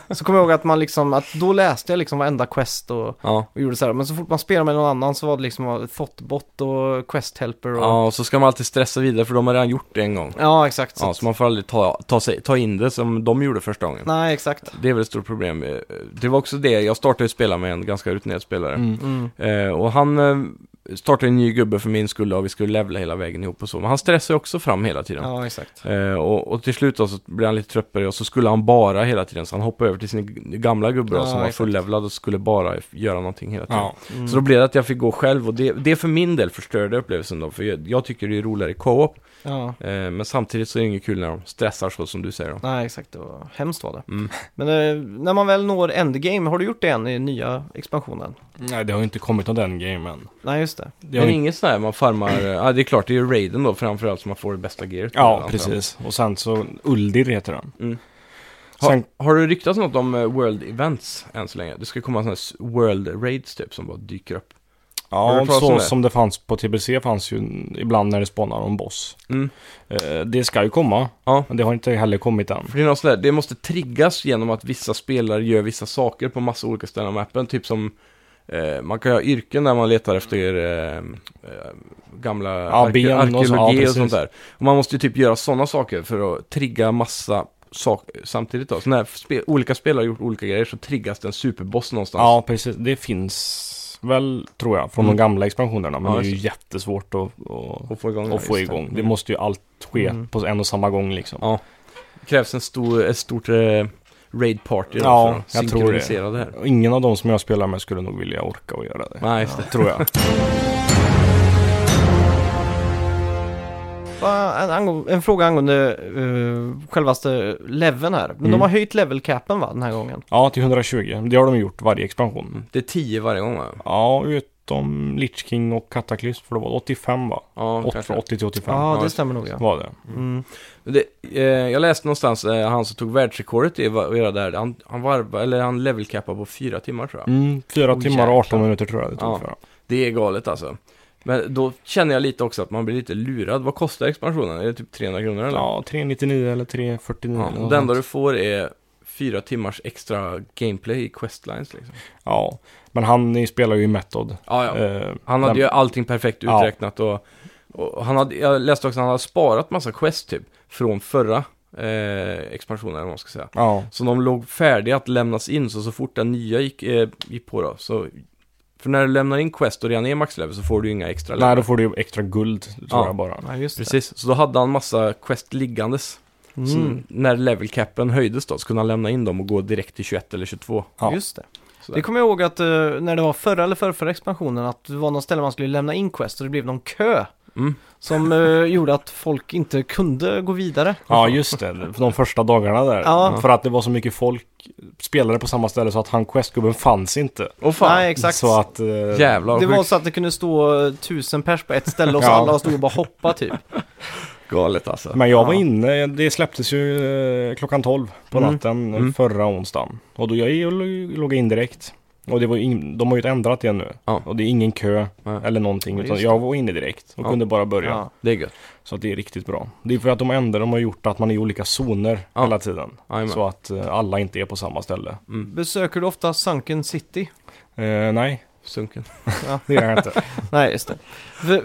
Speaker 1: det. Så kommer jag ihåg att man liksom, att då läste jag liksom varenda quest och,
Speaker 2: Ja.
Speaker 1: och gjorde så här. Men så fort man spelade med någon annan så var det liksom Thoughtbot och Quest Helper och...
Speaker 2: ja, och så ska man alltid stressa vidare för de har redan gjort det en gång.
Speaker 1: Ja, exakt. Så
Speaker 2: Ja,
Speaker 1: att-
Speaker 2: så man får aldrig ta, ta, sig, ta in det som de gjorde första gången.
Speaker 1: Nej, exakt.
Speaker 2: Det är väl ett stort problem. Eh, Det var också det, jag startade ju spela med en ganska rutinerad spelare.
Speaker 3: Mm.
Speaker 1: Mm.
Speaker 2: Eh, och han eh, startade en ny gubbe för min skull och vi skulle levla hela vägen ihop och så. Men han stressade också fram hela tiden.
Speaker 1: Ja, exakt.
Speaker 2: Eh, och, och till slut då så blev han lite trött på det och så skulle han bara hela tiden. Så han hoppade över till sin g- gamla gubbe då,
Speaker 1: Ja,
Speaker 2: som var
Speaker 1: exakt.
Speaker 2: fullevlad och skulle bara f- göra någonting hela tiden.
Speaker 3: Ja.
Speaker 1: Mm.
Speaker 2: Så då blev det att jag fick gå själv och det, det för min del förstörde upplevelsen då. För jag, jag tycker det är roligare i co-op.
Speaker 1: Ja.
Speaker 2: Eh, men samtidigt så är det inget kul när de stressar så som du säger då.
Speaker 1: Nej, exakt. Det var hemskt var det.
Speaker 2: Mm.
Speaker 1: Men eh, när man väl når endgame, har du gjort det än i nya expansionen?
Speaker 3: Nej, det har ju inte kommit någon den game än.
Speaker 1: Nej, just det.
Speaker 3: Det
Speaker 2: Det
Speaker 3: har
Speaker 2: är
Speaker 3: ju-
Speaker 2: inget sånt här man farmar, eh, ja det är klart det är ju raiden då framförallt som man får det bästa gearet. med, antar
Speaker 3: Ja,
Speaker 2: jag.
Speaker 3: precis. Och sen så Uldir heter den.
Speaker 2: Mm.
Speaker 3: Sen,
Speaker 2: Har du ryktats något om eh, World Events än så länge? Det ska komma sådana här s- World Raids typ som bara dyker upp. har
Speaker 3: ja,
Speaker 2: du pratat om
Speaker 3: så
Speaker 2: det?
Speaker 3: som det fanns på TBC fanns ju ibland när det spawnar någon boss.
Speaker 2: Mm.
Speaker 3: Eh, det ska ju komma,
Speaker 2: Ja.
Speaker 3: men det har inte heller kommit än.
Speaker 2: För det är något sådär, det måste triggas genom att vissa spelare gör vissa saker på massa olika ställen av mappen. Typ som, eh, man kan ha yrken där man letar efter eh, eh, gamla
Speaker 3: Ja, ben och så- ja,
Speaker 2: arkeologi och,
Speaker 3: precis.
Speaker 2: sånt där. Och man måste ju typ göra sådana saker för att trigga massa saker samtidigt då. Så när spe- olika spelare har gjort olika grejer så triggas det en superboss någonstans.
Speaker 3: Ja, precis. Det finns väl, tror jag, från
Speaker 2: Mm.
Speaker 3: de gamla expansionerna. Men
Speaker 2: Ja,
Speaker 3: det är ju
Speaker 2: just
Speaker 3: jättesvårt att, att,
Speaker 2: Och få igång
Speaker 3: att få
Speaker 2: just
Speaker 3: igång. Det
Speaker 2: Mm.
Speaker 3: måste ju allt ske
Speaker 1: Mm.
Speaker 3: på en och samma gång liksom.
Speaker 2: Ja, krävs en stor, ett stort eh, raid party då
Speaker 3: Ja,
Speaker 2: för att
Speaker 3: jag tror det.
Speaker 2: synkronisera det. här.
Speaker 3: Och Ingen av de som jag spelar med skulle nog vilja orka och göra det.
Speaker 2: Nej, just det.
Speaker 3: Tror jag.
Speaker 1: Va, en, angå- en fråga angående uh, självaste leveln här. Men de
Speaker 3: Mm.
Speaker 1: har höjt level capen va, den här gången?
Speaker 3: Ja, till 120. Det har de gjort varje expansion.
Speaker 2: Det är 10 varje gång va?
Speaker 3: Ja, utom Lich King och Cataclysm, för det var 85 va?
Speaker 2: Ja,
Speaker 3: Åt-
Speaker 2: kanske.
Speaker 3: Från 80 till 85
Speaker 1: Ja, det
Speaker 2: just-
Speaker 1: stämmer nog ja.
Speaker 3: var det.
Speaker 1: Mm.
Speaker 2: Det, eh, jag läste någonstans, eh, han som tog världsrekordet i va- att göra det här, han, han, varva, eller han levelcappade på fyra timmar tror jag.
Speaker 3: Mm, fyra
Speaker 2: Oh,
Speaker 3: timmar och 18
Speaker 2: jäklar.
Speaker 3: minuter tror jag det tog
Speaker 2: Ja.
Speaker 3: för dem.
Speaker 2: Det är galet alltså. Men då känner jag lite också att man blir lite lurad. Vad kostar expansionen? Är det typ 300 kronor eller?
Speaker 3: Ja, 399 eller 349
Speaker 2: Ja,
Speaker 3: eller
Speaker 2: och
Speaker 3: något
Speaker 2: det enda
Speaker 3: sånt.
Speaker 2: du får är fyra timmars extra gameplay i questlines liksom.
Speaker 3: Ja, men han eh, spelar ju i Method.
Speaker 2: Ja, ja.
Speaker 3: Eh,
Speaker 2: Han hade
Speaker 3: den-
Speaker 2: ju allting perfekt
Speaker 3: Ja.
Speaker 2: uträknat och, och han hade, jag läste också att han hade sparat massa quest typ från förra eh, expansionen eller vad man ska säga.
Speaker 3: Ja,
Speaker 2: Så de låg färdiga att lämnas in så så fort den nya gick, eh, gick på då. Så, för när du lämnar in quest och redan är maxlevel så får du ju inga extra
Speaker 3: nej
Speaker 2: level.
Speaker 3: då får du ju extra guld tror
Speaker 2: Ja.
Speaker 3: jag bara.
Speaker 1: Ja, just det.
Speaker 2: Precis, så då hade han massa quest liggandes.
Speaker 1: Mm.
Speaker 2: Så när level capen höjdes då så kunde han lämna in dem och gå direkt till 21 eller 22.
Speaker 3: Ja.
Speaker 1: Just det.
Speaker 2: Sådär.
Speaker 1: Det kommer jag ihåg att eh, när det var förra eller förra, expansionen att det var någon ställe man skulle lämna in quest och det blev någon kö
Speaker 2: Mm.
Speaker 1: som eh, gjorde att folk inte kunde gå vidare.
Speaker 3: Ja, just det. För de första dagarna där.
Speaker 1: Ja.
Speaker 3: För att det var så mycket folk, spelare på samma ställe så att han questgubben fanns inte.
Speaker 2: Och fan,
Speaker 1: Nej, exakt.
Speaker 3: Så att... eh,
Speaker 2: jävlar vad
Speaker 1: Det var
Speaker 2: sjukt.
Speaker 1: så att det kunde stå eh, tusen pers på ett ställe och så
Speaker 3: Ja.
Speaker 1: alla stod och bara hoppa typ.
Speaker 2: galet alltså.
Speaker 3: Men jag var
Speaker 1: Ja.
Speaker 3: inne, det släpptes ju eh, klockan 12 på
Speaker 1: Mm.
Speaker 3: natten eh,
Speaker 2: Mm.
Speaker 3: förra onsdagen. Och då jag ju lo- logg in direkt. Och det var ju in, de har ju ändrat det nu.
Speaker 2: Ja.
Speaker 3: Och det är ingen kö
Speaker 2: Nej.
Speaker 3: eller någonting.
Speaker 1: Ja,
Speaker 3: Utan
Speaker 1: just
Speaker 3: jag var inne direkt och
Speaker 2: Ja.
Speaker 3: kunde bara börja.
Speaker 1: Ja.
Speaker 2: Det är gött.
Speaker 3: Så att det är riktigt bra. Det är för att de ändrar, de har gjort att man är i olika zoner
Speaker 2: Ja.
Speaker 3: hela tiden.
Speaker 2: Jajamän. Mm,
Speaker 3: Så att eh, alla inte är på samma ställe.
Speaker 1: Besöker du ofta Sunken City?
Speaker 3: Eh, nej,
Speaker 2: Sunken.
Speaker 3: det gör jag inte.
Speaker 1: Nej, just det. För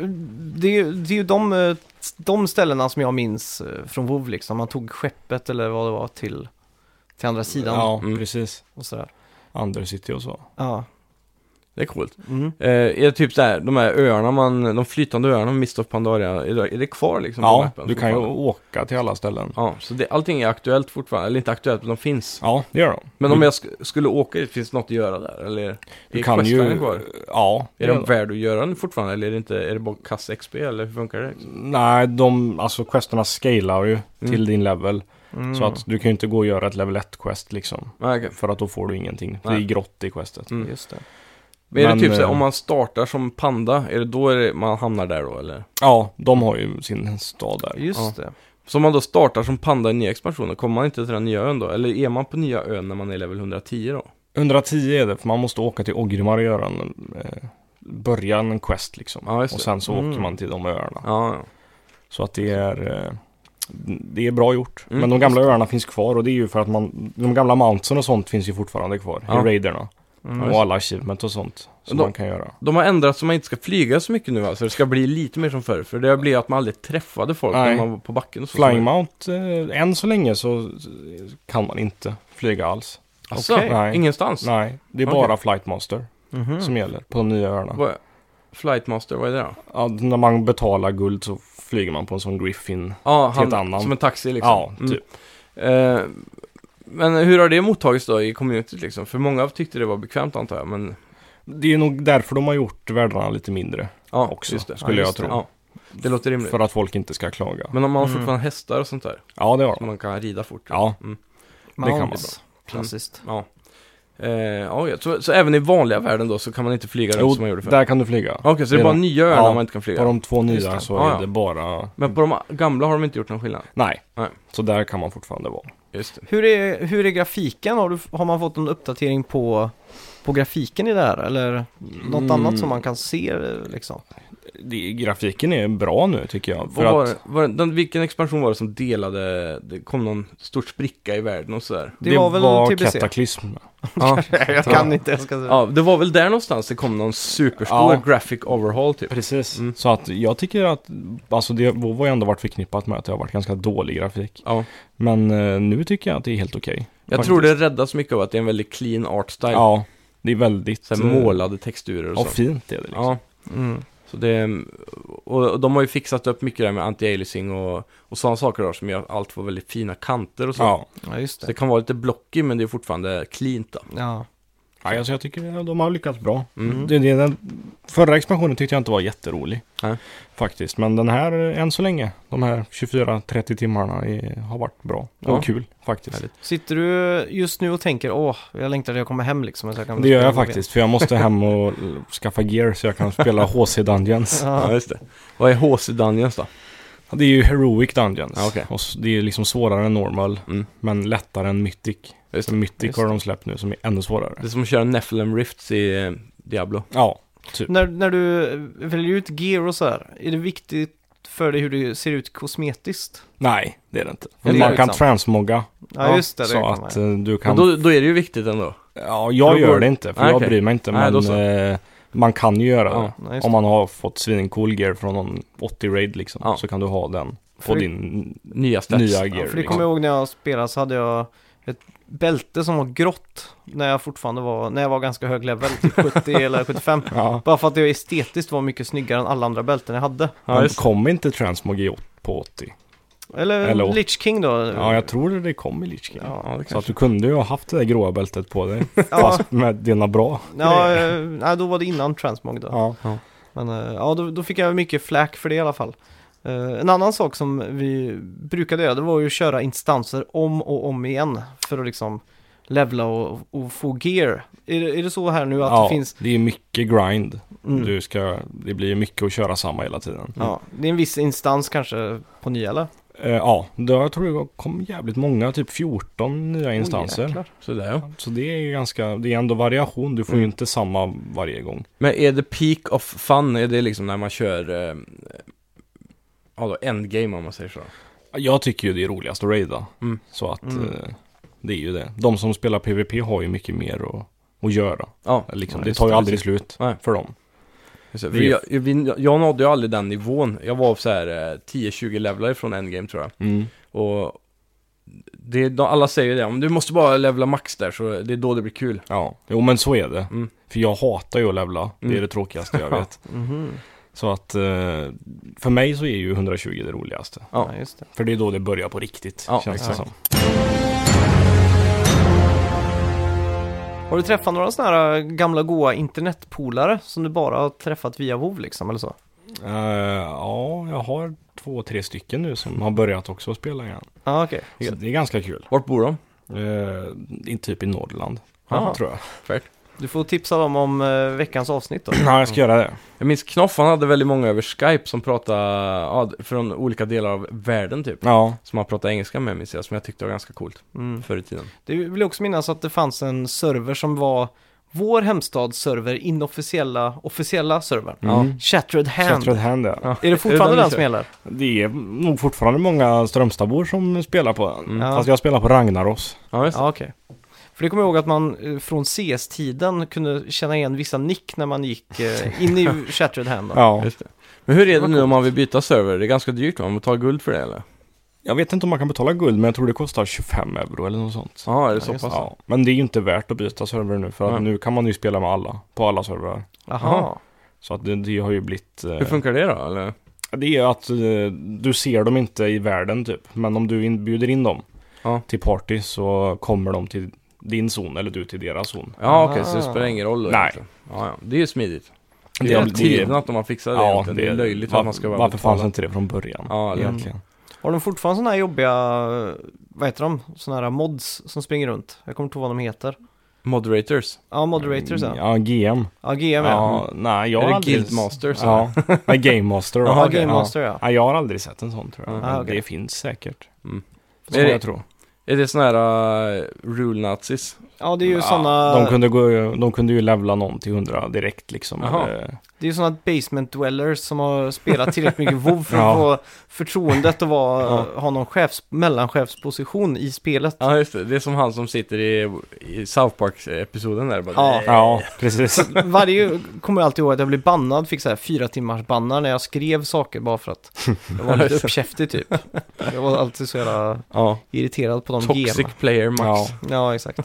Speaker 1: Det är ju, det är ju de, eh, de ställena som jag minns eh, från WoW liksom. Man tog skeppet eller vad det var till, till andra sidan
Speaker 3: Ja,
Speaker 2: Mm.
Speaker 3: precis.
Speaker 1: och sådär.
Speaker 3: Undercity och så.
Speaker 1: Ja.
Speaker 2: Det är coolt.
Speaker 1: Mm.
Speaker 2: Eh, är det typ där, de här öarna man, de flytande öarna, Mist of Pandaria, är det, är det kvar liksom? på
Speaker 3: Ja,
Speaker 2: mappen
Speaker 3: du kan ju
Speaker 2: fortfarande?
Speaker 3: åka till alla ställen.
Speaker 2: Ja, så det, allting är aktuellt fortfarande, eller inte aktuellt, men de finns.
Speaker 3: Ja, det gör de.
Speaker 2: Men om jag sk- skulle åka dit, finns det något att göra där? Eller
Speaker 3: Du
Speaker 2: är
Speaker 3: kan
Speaker 2: questline
Speaker 3: ju...
Speaker 2: kvar?
Speaker 3: Ja.
Speaker 2: Är de värd att göra nu fortfarande, eller är det, inte, är det bara kass XP, eller hur funkar det?
Speaker 3: Nej, de, alltså questerna scalar ju till din level.
Speaker 1: Mm.
Speaker 3: Så att du kan ju inte gå och göra ett level 1-quest liksom.
Speaker 2: Nej, okej.
Speaker 3: För att då får du ingenting. Det är
Speaker 2: Nej.
Speaker 3: grått i questet.
Speaker 2: Mm.
Speaker 1: Just det.
Speaker 2: Men är
Speaker 3: Men,
Speaker 2: det typ så här,
Speaker 3: eh,
Speaker 2: om man startar som panda, är det då är det, man hamnar där då, eller?
Speaker 3: Ja, de har ju sin stad där.
Speaker 1: Just
Speaker 2: Ja.
Speaker 1: det.
Speaker 2: Så om man då startar som panda i nya expansioner, kommer man inte till den nya ön då? Eller är man på nya ön när man är level 110 då?
Speaker 3: 110 är det, för man måste åka till Ogrimar och göra en... Eh, börja en quest liksom.
Speaker 2: Ja, just
Speaker 3: och
Speaker 2: det.
Speaker 3: sen så
Speaker 1: Mm.
Speaker 3: åker man till de öarna.
Speaker 2: Ja, ja.
Speaker 3: Så att det är... Eh, det är bra gjort.
Speaker 2: Mm.
Speaker 3: Men de gamla öarna finns kvar och det är ju för att man, de gamla mountsen och sånt finns ju fortfarande kvar
Speaker 2: Ja. Mm.
Speaker 3: i raiderna. och alla achievement och sånt som
Speaker 2: Då-
Speaker 3: man kan göra.
Speaker 2: De har ändrat så man inte ska flyga så mycket nu alltså. Det ska bli lite mer som förr. För det blev att man aldrig träffade folk när
Speaker 3: Nej.
Speaker 2: man var på backen. och Så
Speaker 3: Flying Mount, eh, än så länge så kan man inte flyga alls.
Speaker 2: Alltså,
Speaker 1: Okej.
Speaker 3: Nej.
Speaker 2: ingenstans?
Speaker 3: Nej, det är
Speaker 2: Okej. Mm.
Speaker 3: bara Flightmaster
Speaker 1: Mm-hmm.
Speaker 3: som gäller på de nya öarna.
Speaker 2: Vad- Flightmaster, vad är det då?
Speaker 3: Ja, när man betalar guld så flyger man på en sån Griffin.
Speaker 2: Ja,
Speaker 3: Till ett
Speaker 2: han,
Speaker 3: annan.
Speaker 2: som en taxi liksom.
Speaker 3: Ja,
Speaker 2: Mm.
Speaker 3: typ.
Speaker 2: Eh, men hur har det mottagits då i communityt liksom? För många tyckte det var bekvämt antar jag, men
Speaker 3: Det är ju nog därför de har gjort världarna lite mindre.
Speaker 2: ja,
Speaker 3: Också,
Speaker 2: just det.
Speaker 3: skulle
Speaker 2: ja,
Speaker 3: jag
Speaker 2: just det.
Speaker 3: tro.
Speaker 2: Ja, det låter rimligt.
Speaker 3: För att folk inte ska klaga.
Speaker 2: Men om man har fortfarande hästar och sånt där,
Speaker 3: Ja, det har de.
Speaker 2: som man kan rida fort.
Speaker 3: Ja,
Speaker 2: Mm.
Speaker 3: det kan Mm. man.
Speaker 1: Mounts. Klassiskt.
Speaker 2: ja. Eh, ja, ja. så, så även i vanliga världen då så kan man inte flyga runt
Speaker 3: Jo,
Speaker 2: som man gjorde förr?
Speaker 3: där kan du flyga.
Speaker 2: Okej, så det är bara
Speaker 3: det.
Speaker 2: nya öar
Speaker 3: Ja,
Speaker 2: där man inte kan flyga?
Speaker 3: På de två
Speaker 1: Just
Speaker 3: nya
Speaker 1: det.
Speaker 3: så
Speaker 2: Ja, ja.
Speaker 3: är det bara...
Speaker 2: Men på de gamla har de inte gjort någon skillnad?
Speaker 3: Nej.
Speaker 2: Nej.
Speaker 3: Så där kan man fortfarande vara.
Speaker 2: Just det.
Speaker 1: Hur är, hur är grafiken? Har, du, har man fått en uppdatering på, på grafiken i det här? Eller något
Speaker 3: Mm.
Speaker 1: annat som man kan se eh, liksom?
Speaker 3: Det, grafiken är bra nu tycker jag. För
Speaker 2: Vad var,
Speaker 3: att
Speaker 2: det- var, det- den, vilken expansion var det som delade, det kom någon stor spricka i världen och sådär?
Speaker 1: Det var väl TBC?
Speaker 3: kataklysm.
Speaker 2: Ja.
Speaker 1: Jag kan inte, jag ska säga.
Speaker 2: ja, det var väl där någonstans det kom någon superstor
Speaker 3: Ja.
Speaker 2: graphic overhaul typ.
Speaker 3: Precis.
Speaker 2: Mm.
Speaker 3: Så att jag tycker att, alltså det WoW har ju ändå varit förknippat med att det har varit ganska dålig grafik.
Speaker 2: Ja.
Speaker 3: Men eh, nu tycker jag att det är helt okej.
Speaker 2: Jag
Speaker 3: Faktiskt.
Speaker 2: tror det räddas mycket av att det är en väldigt clean art style.
Speaker 3: Ja, det är väldigt...
Speaker 2: Så här
Speaker 3: eh,
Speaker 2: målade texturer och
Speaker 3: Ja,
Speaker 2: sånt.
Speaker 3: fint är det liksom.
Speaker 2: Ja,
Speaker 1: Mm.
Speaker 2: så det, och de har ju fixat upp mycket där med anti-aliasing och, och sådana saker då, som gör att allt får väldigt fina kanter och så.
Speaker 3: Ja.
Speaker 1: ja, just
Speaker 2: Så det
Speaker 1: det.
Speaker 2: kan vara lite blockig men det är fortfarande cleant då.
Speaker 1: Ja.
Speaker 3: Nej, alltså jag tycker de har lyckats bra.
Speaker 2: Mm.
Speaker 3: Det, det, den förra expansionen tyckte jag inte var jätterolig.
Speaker 2: Nej.
Speaker 3: Faktiskt, men den här eh, än så länge, de här 24-30 timmarna är, har varit bra
Speaker 2: Ja.
Speaker 3: och kul faktiskt.
Speaker 2: Härligt.
Speaker 1: Sitter du just nu och tänker åh, jag längtar till jag kommer hem liksom. Så jag kan
Speaker 3: Det gör
Speaker 1: spela
Speaker 3: jag
Speaker 1: WoW igen."
Speaker 3: faktiskt, för jag måste hem och eh, skaffa gear så jag kan spela HC Dungeons.
Speaker 1: Ja.
Speaker 2: Ja, just det. Vad är HC Dungeons då?
Speaker 3: Det är ju Heroic Dungeons.
Speaker 2: Ja, okej.
Speaker 3: och s- det är liksom svårare än Normal,
Speaker 2: Mm.
Speaker 3: men lättare än Mythic.
Speaker 2: Just det.
Speaker 3: Mythic
Speaker 1: Just
Speaker 3: har de släppt nu som är ännu svårare.
Speaker 2: Det är som att köra Nephilim Rifts i eh, Diablo.
Speaker 3: Ja,
Speaker 1: När, när du väljer ut gear och så här, är det viktigt för dig hur det ser ut kosmetiskt?
Speaker 3: nej, det är det inte.
Speaker 1: Men det är
Speaker 3: man kan
Speaker 1: sant.
Speaker 3: transmogga
Speaker 1: Ja, just det. det
Speaker 3: så
Speaker 1: kan
Speaker 3: att
Speaker 1: man-
Speaker 3: eh, du
Speaker 2: liksom-
Speaker 3: kan
Speaker 2: Men då, då är det ju viktigt ändå.
Speaker 3: Ja,
Speaker 2: För då
Speaker 3: jag
Speaker 2: går-
Speaker 3: gör det inte, för
Speaker 2: Nej,
Speaker 3: jag
Speaker 2: okej.
Speaker 3: bryr mig inte.
Speaker 2: Nej, då
Speaker 3: Men
Speaker 2: så.
Speaker 3: eh, man kan ju göra det.
Speaker 2: Ja,
Speaker 1: ja, just
Speaker 3: Om
Speaker 1: det.
Speaker 3: man har fått svincool gear från någon 80-raid liksom,
Speaker 2: Ja.
Speaker 3: så kan du ha den på
Speaker 1: För-
Speaker 3: din
Speaker 2: Nya stats.
Speaker 3: nya gear.
Speaker 1: Ja,
Speaker 3: liksom.
Speaker 1: för det kommer jag ihåg när jag spelade så hade jag ett bälte som var grått när jag fortfarande var, när jag var ganska hög level, typ 70 eller 75.
Speaker 3: Ja.
Speaker 1: Bara för att det estetiskt var mycket snyggare än alla andra bälten jag hade.
Speaker 2: Ja,
Speaker 3: Men
Speaker 2: just det.
Speaker 3: kom inte transmog i åt- på 80?
Speaker 1: Eller,
Speaker 3: Eller åt-
Speaker 1: Lich King då.
Speaker 3: Ja, jag tror det kom i Lich King.
Speaker 1: Ja,
Speaker 2: Ja, det
Speaker 3: Så att
Speaker 2: kanske.
Speaker 3: du kunde ju ha haft det där gråa bältet på dig,
Speaker 1: ja,
Speaker 3: fast med dina bra.
Speaker 1: ja, eh, nej, då var det innan Transmog då.
Speaker 3: Ja.
Speaker 1: Men eh, ja, då, då fick jag mycket flack för det i alla fall. Eh, en annan sak som vi brukade göra, det var ju att köra instanser om och om igen för att liksom levla och, och få gear. Är det, är det så här nu att
Speaker 3: ja,
Speaker 1: det finns...
Speaker 3: det är mycket grind.
Speaker 1: Mm.
Speaker 3: Du ska, det blir ju mycket att köra samma hela tiden.
Speaker 1: Ja, det är en viss instans kanske på nya eller?
Speaker 3: Eh, ja, då jag tror det kom jävligt många, typ 14 nya instanser.
Speaker 1: jäklar.
Speaker 2: Sådär ja.
Speaker 3: Så det är ju ganska, det är ändå variation, du får
Speaker 2: Mm.
Speaker 3: ju inte samma varje gång.
Speaker 2: Men är det peak of fun? Är det liksom när man kör... Eh, ja då, endgame om man säger så.
Speaker 3: Jag tycker ju det är roligast att raida,
Speaker 2: Mm.
Speaker 3: så att
Speaker 1: Mm.
Speaker 3: eh, det är ju det. De som spelar PVP har ju mycket mer att, att göra,
Speaker 2: Ja,
Speaker 3: liksom.
Speaker 2: Ja,
Speaker 3: det
Speaker 2: just
Speaker 3: tar ju aldrig
Speaker 2: precis.
Speaker 3: slut
Speaker 2: Nej.
Speaker 3: för dem.
Speaker 2: Just det.
Speaker 3: Det
Speaker 2: För
Speaker 3: är-
Speaker 2: jag, jag, jag nådde ju aldrig den nivån. Jag var så här eh, 10-20 levlar ifrån endgame tror jag. Och det, de, alla säger ju det, om du måste bara levla max där så det är då det blir kul.
Speaker 3: Ja, jo men så är det.
Speaker 2: Mm.
Speaker 3: För jag hatar ju att levla, det
Speaker 2: Mm.
Speaker 3: är det tråkigaste jag vet.
Speaker 1: Mhm.
Speaker 3: Så att eh, för mig så är ju 120 det roligaste.
Speaker 1: Ja.
Speaker 2: Ja.
Speaker 1: just det.
Speaker 3: För det är då det börjar på riktigt,
Speaker 2: Ja,
Speaker 3: känns det
Speaker 1: exakt.
Speaker 3: som.
Speaker 1: Har du träffat några sådana här eh, gamla goa internetpolare som du bara har träffat via WoW liksom eller så?
Speaker 3: Eh, ja, jag har två, tre stycken nu som har börjat också att spela igen.
Speaker 1: Ja, okej.
Speaker 3: Så det är ganska kul.
Speaker 2: Vart bor de?
Speaker 3: Eh, in- typ i Norrland,
Speaker 1: Ja.
Speaker 3: tror jag.
Speaker 1: Du får tipsa dem om eh, veckans avsnitt då.
Speaker 3: Ja, jag ska göra det.
Speaker 2: Jag minns Knoff, han hade väldigt många över Skype som pratade ja, från olika delar av världen typ.
Speaker 3: Ja.
Speaker 2: Som han pratade engelska med minns jag, som jag tyckte var ganska coolt
Speaker 1: Mm.
Speaker 2: förr i tiden.
Speaker 1: Det vill jag också minnas att det fanns en server som var vår hemstads server, inofficiella, officiella servern. Shattered Hand.
Speaker 3: Shattered Hand, ja.
Speaker 1: Är det
Speaker 2: Utan
Speaker 1: fortfarande den som
Speaker 2: det.
Speaker 1: gäller?
Speaker 3: Det är nog fortfarande många Strömstadbor som spelar på den.
Speaker 1: Ja.
Speaker 3: Fast jag spelar på Ragnaros.
Speaker 2: Ja, just det.
Speaker 1: Ja, okej. För det kommer jag ihåg att man eh, från CS-tiden kunde känna igen vissa nick när man gick eh, in i Shattered Hand. då.
Speaker 3: Ja.
Speaker 2: Just det. Men hur är det
Speaker 1: var
Speaker 2: nu om man vill byta server? Det är ganska dyrt va? Man betalar guld för det eller?
Speaker 3: Jag vet inte om man kan betala guld men jag tror det kostar 25 euro eller något sånt.
Speaker 2: Ja, är det så
Speaker 1: just
Speaker 2: pass?
Speaker 3: Ja. Men det är ju inte värt att byta server nu för att
Speaker 2: Nej.
Speaker 3: nu kan man ju spela med alla. På alla servrar.
Speaker 1: Aha.
Speaker 3: Så att det, det har ju blivit... eh,
Speaker 2: Hur funkar det då? Eller?
Speaker 3: Det är ju att eh, du ser dem inte i världen typ. Men om du in, bjuder in dem
Speaker 2: Ja.
Speaker 3: till party så kommer de till din zon eller du till deras zon.
Speaker 2: Ja, okej, så det
Speaker 1: Ah.
Speaker 2: spelar ingen roll då
Speaker 3: Nej.
Speaker 2: egentligen. Ja, ja. Det är ju smidigt.
Speaker 3: Det
Speaker 2: Det är
Speaker 3: har-
Speaker 2: det tillgånat om man fixar det
Speaker 3: ja,
Speaker 2: egentligen. Det är löjligt
Speaker 3: var-
Speaker 2: att man ska bara
Speaker 3: Varför
Speaker 2: betala.
Speaker 3: fanns inte det från början?
Speaker 2: Ja, eller-
Speaker 3: egentligen.
Speaker 1: Har de fortfarande sådana här jobbiga, eh, vad heter de? Sådana här mods som springer runt. Jag kommer inte ihåg vad de heter.
Speaker 2: Moderators.
Speaker 1: Ja, moderators ja.
Speaker 3: Mm, Ja, GM.
Speaker 1: Ja, GM ja.
Speaker 3: Ja, nej, jag
Speaker 2: Är
Speaker 3: har
Speaker 2: det
Speaker 3: aldrig...
Speaker 2: Guildmaster som
Speaker 3: Ja, nej, Game Master. då.
Speaker 1: Ja,
Speaker 3: Okej,
Speaker 1: Game Master ja.
Speaker 3: Ja, jag har aldrig sett en sån tror jag.
Speaker 2: Ja,
Speaker 3: Men
Speaker 1: okej.
Speaker 3: Det finns säkert. Så
Speaker 2: Är Ah, det,
Speaker 3: jag tror.
Speaker 2: är det sån här eh, rule nazis?
Speaker 1: Ja, det är ju sådana,
Speaker 2: Ah.
Speaker 3: de, kunde gå, de kunde ju levla någon till 100 direkt liksom.
Speaker 2: Jaha.
Speaker 3: Eller,
Speaker 1: det är ju sådana basement dwellers som har spelat tillräckligt mycket WoW för att
Speaker 3: Ja.
Speaker 1: få förtroendet att vara, ha någon chefs, mellanchefsposition i spelet.
Speaker 2: Ja, just det. Det är som han som sitter i, i South Park-episoden där. Bara,
Speaker 1: Ja.
Speaker 3: ja, precis.
Speaker 1: Varje, kommer jag alltid ihåg att jag blev bannad, fick så här fyra timmars bannar när jag skrev saker bara för att jag var lite uppkäftig typ. Jag var alltid så jävla
Speaker 2: ja.
Speaker 1: irriterad på de
Speaker 2: Toxic
Speaker 1: GM.
Speaker 2: player max.
Speaker 3: Ja.
Speaker 2: Ja.
Speaker 1: Ja, exakt.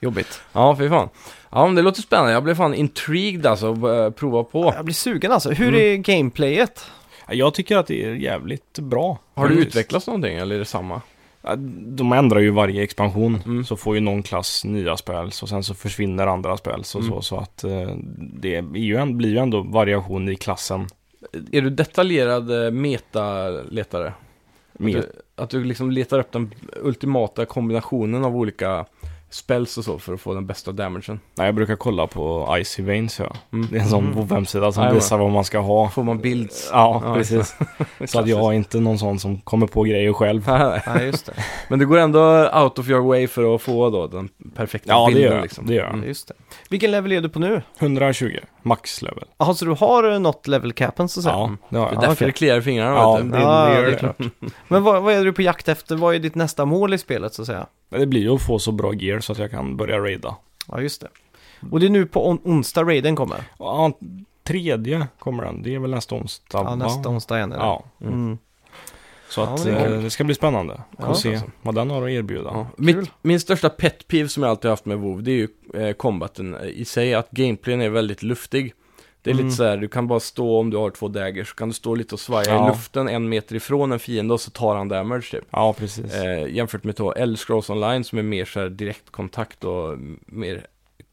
Speaker 1: Jobbigt.
Speaker 2: fy fan. Ja, men det låter spännande. Jag blev fan intrigued alltså att eh, prova på.
Speaker 1: Jag blir sugen alltså. Hur är gameplayet?
Speaker 3: Jag tycker att det är jävligt bra.
Speaker 2: Har du
Speaker 3: faktiskt.
Speaker 2: utvecklats någonting eller är det samma?
Speaker 3: Ja, De ändrar ju varje expansion.
Speaker 2: Mm.
Speaker 3: Så får ju någon klass nya spels och sen så försvinner andra spels och
Speaker 2: Mm.
Speaker 3: så. Så att eh, det är ju en, blir ju ändå variation i klassen.
Speaker 2: Är du detaljerad eh, metaletare?
Speaker 3: Mer.
Speaker 2: Att, du, att du liksom letar upp den ultimata kombinationen av olika spells och så för att få den bästa damagen.
Speaker 3: Nej, jag brukar kolla på Icy Veins ja.
Speaker 2: Mm.
Speaker 3: Det är en sån
Speaker 1: Mm.
Speaker 3: webbsida som
Speaker 2: Jajamän.
Speaker 3: visar vad man ska ha.
Speaker 2: Får man builds?
Speaker 3: Ja,
Speaker 2: Ja,
Speaker 3: precis. Så att jag är inte någon sån som kommer på grejer själv.
Speaker 1: Nej, just det.
Speaker 2: Men du går ändå out of your way för att få då den perfekta
Speaker 3: Ja, det
Speaker 2: bilden
Speaker 3: gör jag.
Speaker 2: liksom.
Speaker 3: Det gör jag.
Speaker 2: Mm.
Speaker 1: Just det. Vilken level är du på nu?
Speaker 3: 120, max level.
Speaker 1: Jaha, så du har eh, nått level capen så att säga?
Speaker 3: Ja, det har
Speaker 2: Det är
Speaker 3: jag.
Speaker 2: därför
Speaker 1: okej.
Speaker 2: det kliar i fingrarna
Speaker 3: Ja,
Speaker 2: vet du.
Speaker 3: det-
Speaker 1: Ja,
Speaker 3: det gör
Speaker 1: är
Speaker 3: det.
Speaker 1: klart. Men vad, vad är du på jakt efter? Vad är ditt nästa mål i spelet så att säga?
Speaker 3: Men Det blir ju att få så bra gear så att jag kan börja raida.
Speaker 1: Ja, just det. Och det är nu på on- onsdag raiden kommer.
Speaker 3: Ja, tredje kommer den. Det är väl nästa onsdag?
Speaker 1: Ja,
Speaker 3: va?
Speaker 1: nästa onsdag igen är det.
Speaker 3: Ja,
Speaker 1: Mm.
Speaker 3: så
Speaker 1: Ja,
Speaker 3: att
Speaker 1: men det är
Speaker 3: eh, det ska bli spännande
Speaker 1: Ja.
Speaker 3: att se vad den har att erbjuda.
Speaker 2: Ja.
Speaker 3: Ja,
Speaker 2: Mitt, min största pet peeve som jag alltid haft med WoW det är ju eh, combaten i sig, att gameplayen är väldigt luftig. Det är
Speaker 1: Mm.
Speaker 2: lite så här, du kan bara stå om du har två daggers, så kan du stå lite och svaja
Speaker 3: Ja.
Speaker 2: i luften en meter ifrån en fiende och så tar han damage typ.
Speaker 3: precis.
Speaker 2: Eh, jämfört med då Elder Scrolls Online som är mer så här direktkontakt och m- mer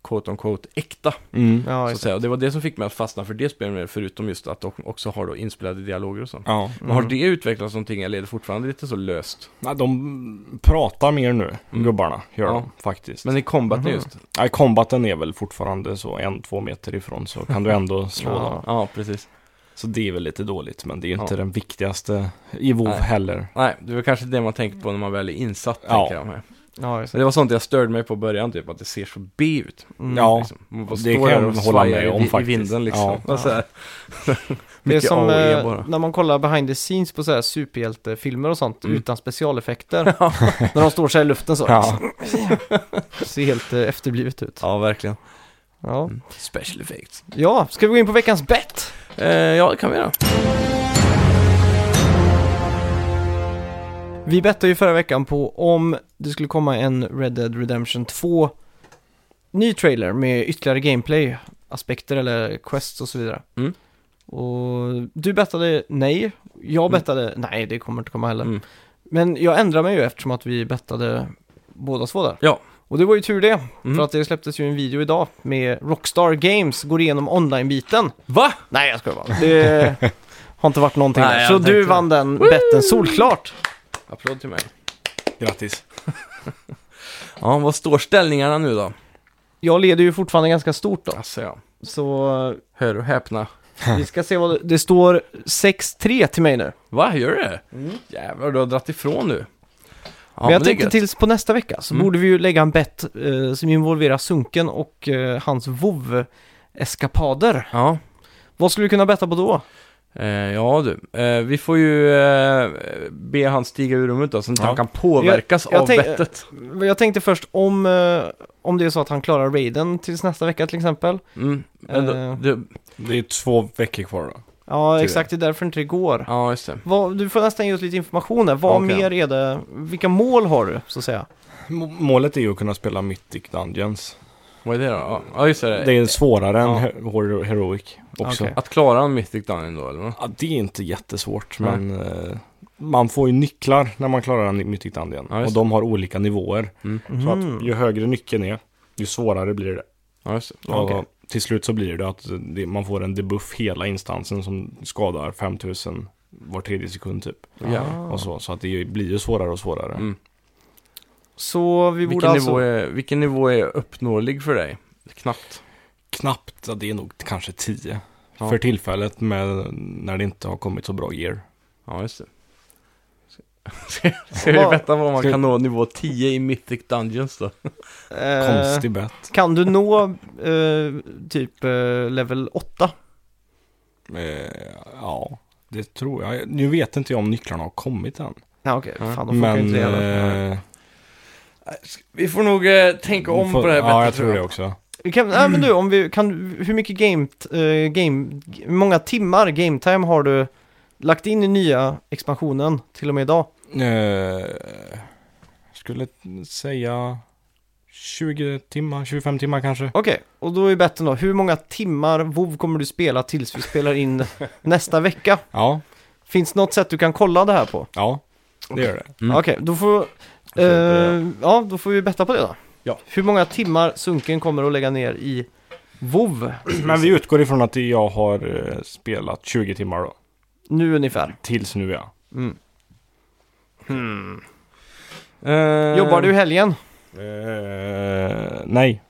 Speaker 2: quote on quote äkta.
Speaker 3: Mm. Ja.
Speaker 1: Ja,
Speaker 2: så att säga. Och det var det som fick mig att fastna för det spelet mer, förutom just att de också har då inspelade dialoger och sånt.
Speaker 3: Ja.
Speaker 1: Mm.
Speaker 2: Men har det utvecklats någonting eller är det fortfarande lite så löst?
Speaker 3: Nej, de pratar mer nu, gubbarna, gör
Speaker 2: Ja.
Speaker 3: de faktiskt.
Speaker 2: Men i combaten just?
Speaker 3: Nej, combaten är väl fortfarande så en, två meter ifrån så kan du ändå slå
Speaker 1: Ja.
Speaker 3: dem.
Speaker 2: Ja, precis.
Speaker 3: Så det är väl lite dåligt, men det är ju inte
Speaker 2: Ja.
Speaker 3: den viktigaste i WoW
Speaker 2: Nej.
Speaker 3: heller.
Speaker 2: Nej, det var kanske det man tänker på när man väl är insatt,
Speaker 3: Ja.
Speaker 2: tänker jag med.
Speaker 1: ja, just
Speaker 2: Men
Speaker 1: det.
Speaker 2: det var sånt jag störde mig på i början, typ att det ser så B ut.
Speaker 1: Mm.
Speaker 3: Ja,
Speaker 2: Liksom. Man bara
Speaker 3: det
Speaker 2: står
Speaker 3: kan
Speaker 2: där
Speaker 3: jag
Speaker 2: och
Speaker 3: hålla
Speaker 2: svajar
Speaker 3: med
Speaker 2: i-
Speaker 3: om
Speaker 2: i
Speaker 3: faktiskt.
Speaker 2: vinden liksom.
Speaker 1: Ja.
Speaker 2: Och så här.
Speaker 1: Det är
Speaker 2: Mycket
Speaker 1: som
Speaker 2: AOE
Speaker 1: eh,
Speaker 2: bara.
Speaker 1: när man kollar behind the scenes på så här superhjältefilmer och sånt
Speaker 2: Mm.
Speaker 1: utan specialeffekter. när de står så här i luften så.
Speaker 3: Ja.
Speaker 1: Ser helt eh, efterblivet ut.
Speaker 2: Ja, verkligen.
Speaker 1: Ja.
Speaker 2: Mm. Special effects.
Speaker 1: ja, ska vi gå in på veckans bett?
Speaker 2: Eh, ja, det kan vi göra.
Speaker 1: Vi bettade ju förra veckan på om det skulle komma en Red Dead Redemption 2 ny trailer med ytterligare gameplay, aspekter eller quests och så vidare.
Speaker 2: Mm.
Speaker 1: Och du bettade nej, jag bettade nej, det kommer inte komma heller.
Speaker 2: Mm.
Speaker 1: Men jag ändrade mig ju eftersom att vi bettade båda två där.
Speaker 2: Ja.
Speaker 1: Och det var ju tur det,
Speaker 2: Mm.
Speaker 1: för att det släpptes ju en video idag med Rockstar Games, går igenom online-biten.
Speaker 2: Va?
Speaker 1: Nej, jag skojar bara. Det har inte varit någonting
Speaker 2: Nej,
Speaker 1: där.
Speaker 2: jag
Speaker 1: Så
Speaker 2: tänkte
Speaker 1: du
Speaker 2: det.
Speaker 1: vann den betten solklart.
Speaker 2: Applåd till mig.
Speaker 3: Grattis.
Speaker 2: Ja, vad står ställningarna nu då?
Speaker 1: Jag leder ju fortfarande ganska stort då.
Speaker 2: Alltså ja.
Speaker 1: Så
Speaker 2: Hör och häpna.
Speaker 1: eh, vi ska se vad det, det står 6-3 till mig nu.
Speaker 2: Va, gör det? Jävlar, du har dratt ifrån nu.
Speaker 1: Mm. men jag
Speaker 2: det är
Speaker 1: tänkte
Speaker 2: gött.
Speaker 1: tills på nästa vecka så
Speaker 2: Mm.
Speaker 1: borde vi ju lägga en bett eh, som involverar Sunken och eh, hans vov-eskapader.
Speaker 2: Ja,
Speaker 1: Vad skulle vi kunna betta på då?
Speaker 2: eh, ja du. Eh, vi får ju eh, be han stiga ur rummet då, så att
Speaker 3: Ja.
Speaker 2: han kan påverkas
Speaker 1: Jag- jag
Speaker 2: av
Speaker 1: tänk- eh,
Speaker 2: bettet.
Speaker 1: Jag tänkte först om, eh, om det är så att han klarar raiden tills nästa vecka till exempel.
Speaker 2: Mm. Men
Speaker 1: eh.
Speaker 2: då, det,
Speaker 3: Det är två veckor kvar då.
Speaker 1: Ja,
Speaker 3: Tyvärr.
Speaker 1: exakt, det är därför inte det går.
Speaker 2: ja, just det.
Speaker 1: Vad, du får nästan ge oss lite information där. Vad
Speaker 2: Okej.
Speaker 1: mer är det? Vilka mål har du, så att säga?
Speaker 3: M- Målet är ju att kunna spela Mythic Dungeons.
Speaker 2: Vad är det då? Ja, Ja, just det.
Speaker 3: Det är svårare
Speaker 2: Eh, Ja.
Speaker 3: än he- Hor- Heroic också.
Speaker 1: Okej.
Speaker 2: Att klara en Mythic Dungeon då, eller? vad?
Speaker 3: Ja, det är inte jättesvårt, men eh, man får ju nycklar när man klarar en Mythic Dungeon.
Speaker 2: Ja, just
Speaker 3: och de har olika nivåer.
Speaker 2: Mm.
Speaker 3: Så
Speaker 1: Mhm.
Speaker 3: att ju högre nyckeln är, ju svårare blir det.
Speaker 2: Ja, just det.
Speaker 1: Ja, okej.
Speaker 3: Och till slut så blir det att det, man får en debuff hela instansen som skadar 5000 var tredje sekund typ.
Speaker 2: Ja.
Speaker 1: Ah.
Speaker 3: Och så, så att det ju- blir ju svårare och svårare.
Speaker 2: Mm.
Speaker 1: Så vi borde
Speaker 2: Vilken,
Speaker 1: alltså...
Speaker 2: nivå är, vilken nivå är uppnåelig för dig? Knappt.
Speaker 3: Knappt, ja, det är nog kanske 10.
Speaker 2: Ja.
Speaker 3: För tillfället med när det inte har kommit så bra gear.
Speaker 2: Ja, just det. Ska, ska vi
Speaker 1: Vad-
Speaker 2: veta vad man
Speaker 3: Ska-
Speaker 2: kan nå nivå 10 i Mythic Dungeons då?
Speaker 1: eh,
Speaker 3: Konstig bet.
Speaker 1: Kan du nå eh, typ eh, level 8?
Speaker 3: Eh, ja, det tror jag. Nu vet inte jag om nycklarna har kommit än.
Speaker 1: Ja, okej.
Speaker 2: Ja,
Speaker 1: Fan, då funkar ju
Speaker 3: Men...
Speaker 1: inte det heller.
Speaker 3: eh,
Speaker 2: Vi får nog eh, tänka om
Speaker 3: vi får-
Speaker 2: på det här
Speaker 3: Ja,
Speaker 2: bättre,
Speaker 3: jag tror det också.
Speaker 1: Vi kan, nej, men du, om vi, kan, du- hur mycket game, eh, game, hur många timmar game time har du lagt in i nya expansionen till och med idag?
Speaker 3: Eh, skulle säga 20 timmar, 25 timmar kanske.
Speaker 1: Okej, och då är betten då, hur många timmar WoW kommer du spela tills vi spelar in nästa vecka?
Speaker 3: Ja,
Speaker 1: Finns det något sätt du kan kolla det här på?
Speaker 3: ja, det gör det.
Speaker 2: Mm.
Speaker 1: Okej, då får...
Speaker 3: tror inte
Speaker 1: Eh, ja, då får vi betta på det då.
Speaker 2: Ja.
Speaker 1: Hur många timmar Sunken kommer att lägga ner i WoW
Speaker 3: Men vi utgår ifrån att jag har eh, spelat 20 timmar då.
Speaker 1: nu ungefär?
Speaker 3: Tills nu ja.
Speaker 1: Mm.
Speaker 2: Eh,
Speaker 1: Jobbar du i helgen?
Speaker 3: Eh, nej.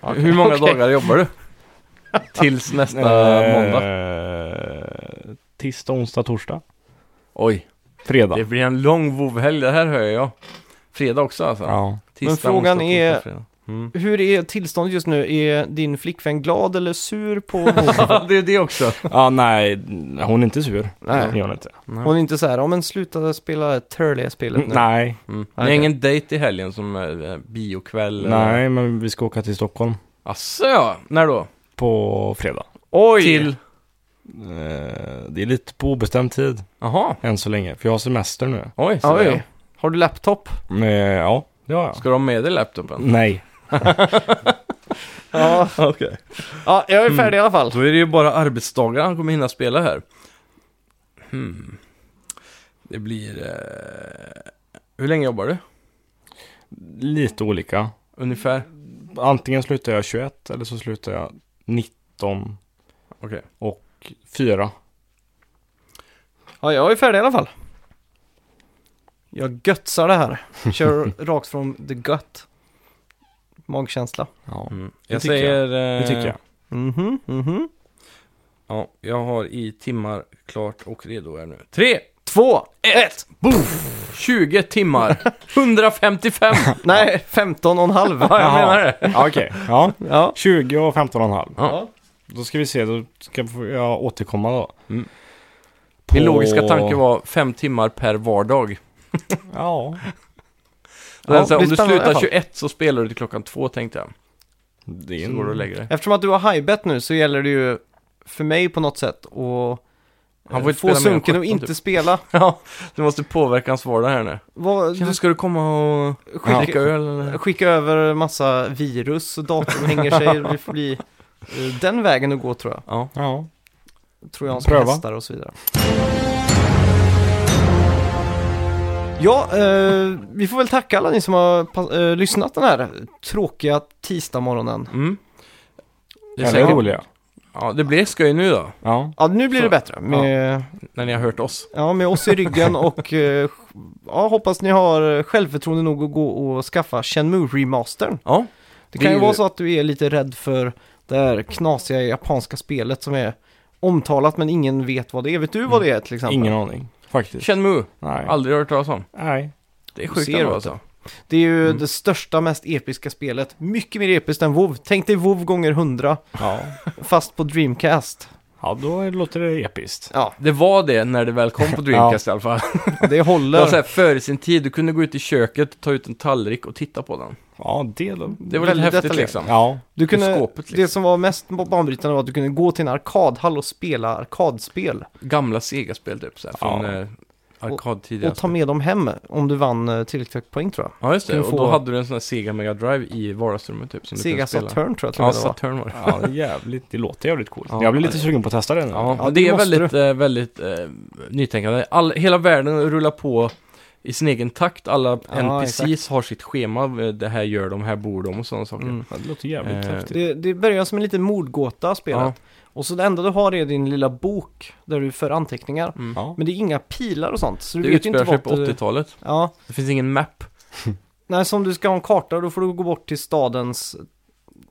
Speaker 1: Okej.
Speaker 2: Eh, Hur många
Speaker 1: Okej.
Speaker 2: dagar jobbar du? Tills nästa måndag.
Speaker 3: Eh, tisdag, onsdag, torsdag.
Speaker 2: Oj,
Speaker 3: Fredag.
Speaker 2: det blir en lång vovhelg, det här hör jag. Fredag också alltså.
Speaker 3: Ja.
Speaker 2: Tisdag,
Speaker 1: Men frågan
Speaker 2: onsdag,
Speaker 1: är-
Speaker 2: torsdag, fredag. Mm.
Speaker 1: Hur är tillståndet just nu? Är din flickvän glad eller sur på WoW?
Speaker 2: det är det också.
Speaker 3: ja, nej, hon är inte sur.
Speaker 1: Nej.
Speaker 3: Det är hon inte.
Speaker 1: Hon är inte så här, om men sluta spela Turley-spelet nu.
Speaker 3: Nej,
Speaker 2: Mm. Det
Speaker 1: Okej.
Speaker 2: är ingen dejt i helgen som eh, biokväll? eller-
Speaker 3: nej, men vi ska åka till Stockholm
Speaker 2: Asså ja, när då?
Speaker 3: på fredag.
Speaker 1: Oj!
Speaker 2: Till?
Speaker 3: Eh, det är lite på obestämd tid
Speaker 2: Jaha,
Speaker 3: än så länge, för jag har semester nu.
Speaker 2: oj. Så
Speaker 1: Oj.
Speaker 2: Oj.
Speaker 1: Har du laptop?
Speaker 2: Mm.
Speaker 3: Eh, ja, det har jag.
Speaker 2: Ska du ha med dig laptopen?
Speaker 3: Nej.
Speaker 1: Ja,
Speaker 2: Okej.
Speaker 1: ja jag är färdig i alla fall.
Speaker 2: Då är det ju bara arbetsdagar han kommer hinna spela här. Hmm. Det blir... Eh... Hur länge jobbar du?
Speaker 3: Lite olika.
Speaker 2: Ungefär?
Speaker 3: Antingen slutar jag 21 eller så slutar jag 19
Speaker 2: Okej.
Speaker 3: och 4.
Speaker 1: Ja, jag är färdig i alla fall. Jag götsar det här. Kör rakt från the gut. Magkänsla.
Speaker 3: Ja,
Speaker 2: Mm.
Speaker 3: Det
Speaker 2: Jag
Speaker 3: tycker
Speaker 2: säger... Eh...
Speaker 3: det tycker jag.
Speaker 2: Mm-hmm,
Speaker 1: Mhm, mhm.
Speaker 2: Ja, jag har i timmar klart och redo här nu. Tre,
Speaker 1: Två!
Speaker 2: ett, boof! 20 timmar. 155!
Speaker 1: Nej, 15 och en halv.
Speaker 2: Ja, jag menar det.
Speaker 3: Ja, Okej, ja.
Speaker 1: Ja.
Speaker 3: 20 och 15,5.
Speaker 2: Ja.
Speaker 3: Då ska vi se, då ska jag återkomma då.
Speaker 2: Mm.
Speaker 3: På-
Speaker 2: Min logiska tanke var fem timmar per vardag.
Speaker 3: Ja,
Speaker 1: Ja,
Speaker 2: alltså,
Speaker 1: det
Speaker 2: om
Speaker 1: är
Speaker 2: du
Speaker 1: spännande i alla
Speaker 2: slutar
Speaker 1: fall.
Speaker 2: 21 så spelar du till klockan två tänkte jag.
Speaker 3: det är
Speaker 2: Så
Speaker 3: en...
Speaker 2: går du och lägger dig.
Speaker 1: Eftersom att du har highbet nu så gäller det ju för mig på något sätt att
Speaker 2: Han får
Speaker 1: eh,
Speaker 2: inte
Speaker 1: få
Speaker 2: spela mer än
Speaker 1: sunken och
Speaker 2: 17
Speaker 1: inte
Speaker 2: typ.
Speaker 1: spela.
Speaker 2: Ja, du måste påverka hans vardag här nu.
Speaker 1: Vad,
Speaker 2: Tjena,
Speaker 1: du
Speaker 2: ska du komma och
Speaker 1: Ja.
Speaker 2: dricka öl eller?
Speaker 1: skicka över massa virus och datorn hänger sig. Det får bli eh, den vägen att gå tror jag.
Speaker 2: Ja.
Speaker 3: Ja.
Speaker 1: Tror jag som
Speaker 3: Pröva.
Speaker 1: hästar och så vidare. Ja, eh, vi får väl tacka alla ni som har pa- eh, lyssnat den här tråkiga tisdagmorgonen.
Speaker 2: Mm. Det, är
Speaker 3: Eller
Speaker 2: säkert,
Speaker 3: roliga.
Speaker 2: ja, det blir skoj nu då,
Speaker 3: Ja.
Speaker 1: Ja, nu blir
Speaker 2: Så.
Speaker 1: det bättre med,
Speaker 2: när ni har hört oss.
Speaker 1: ja, med oss i ryggen och eh, ja, hoppas ni har självförtroende nog att gå och skaffa Shenmue remastern
Speaker 2: Ja,
Speaker 1: Det kan
Speaker 2: Det
Speaker 1: ju
Speaker 2: är-
Speaker 1: vara så att du är lite rädd för det här knasiga japanska spelet som är omtalat men ingen vet vad det är. Vet du vad det är till exempel?
Speaker 3: Ingen aning, faktiskt.
Speaker 2: Shenmue,
Speaker 3: Nej.
Speaker 2: aldrig hört talas om.
Speaker 3: Nej.
Speaker 2: Det är sjukt
Speaker 1: Ser
Speaker 2: ändå
Speaker 1: du
Speaker 2: alltså.
Speaker 1: Det är ju det största, mest episka spelet. Mycket mer episkt än WoW. Tänk dig WoW gånger 100,
Speaker 3: Ja.
Speaker 1: fast på Dreamcast.
Speaker 3: ja, då låter det episkt.
Speaker 1: Ja,
Speaker 2: Det var det när det väl kom på Dreamcast i alla fall.
Speaker 1: det
Speaker 2: Det var så
Speaker 1: håller.
Speaker 2: här, före sin tid, du kunde gå ut i köket, ta ut en tallrik och titta på den.
Speaker 3: Ja, det... då-
Speaker 2: Det var lite
Speaker 1: Väldigt
Speaker 2: häftigt
Speaker 1: detaljerat.
Speaker 2: liksom.
Speaker 3: Ja,
Speaker 1: Du kunde,
Speaker 2: i skåpet, liksom.
Speaker 1: Det som var mest banbrytande var att du kunde gå till en arkadhall och spela arkadspel.
Speaker 2: Gamla Sega-spel typ så här, från
Speaker 3: Ja.
Speaker 2: eh, arkadtiden.
Speaker 1: Och ta med dem hem om du vann eh, tillräckligt högt poäng tror jag.
Speaker 2: Ja just det,
Speaker 1: kunde
Speaker 2: och
Speaker 1: få-
Speaker 2: då hade du en sån här Sega Mega Drive i vardagsrummet typ som du
Speaker 1: Sega
Speaker 2: kunde spela.
Speaker 1: Saturn tror jag till
Speaker 2: Ja,
Speaker 1: och med det var.
Speaker 2: Saturn var det.
Speaker 3: ja det är jävligt. Det låter jävligt coolt.
Speaker 2: Ja,
Speaker 3: jag blir
Speaker 2: det-
Speaker 3: lite sugen på att testa det nu.
Speaker 2: Ja,
Speaker 1: Ja,
Speaker 2: men
Speaker 1: det
Speaker 2: det är
Speaker 1: måste
Speaker 2: väldigt, eh, väldigt eh, nytänkande. All, hela världen rullar på i sin egen takt. Alla
Speaker 1: Ja,
Speaker 2: NPCs har sitt schema. eh, Det här gör de, här bor de och sådana saker.
Speaker 1: Mm.
Speaker 3: Ja, Det låter jävligt
Speaker 2: Eh,
Speaker 3: häftigt.
Speaker 1: Det, det börjar som en liten mordgåta spelet.
Speaker 2: Ja.
Speaker 1: Och så det enda du har är din lilla bok där du för anteckningar.
Speaker 2: Mm.
Speaker 3: Ja.
Speaker 1: Men det är inga pilar och sånt. Så du
Speaker 2: Det
Speaker 1: vet ju
Speaker 2: utspelar
Speaker 1: inte
Speaker 2: sig
Speaker 1: vart
Speaker 2: på
Speaker 1: du...
Speaker 2: 80-talet.
Speaker 1: Ja,
Speaker 2: Det finns ingen map.
Speaker 1: nej som du ska ha en karta då får du gå bort till stadens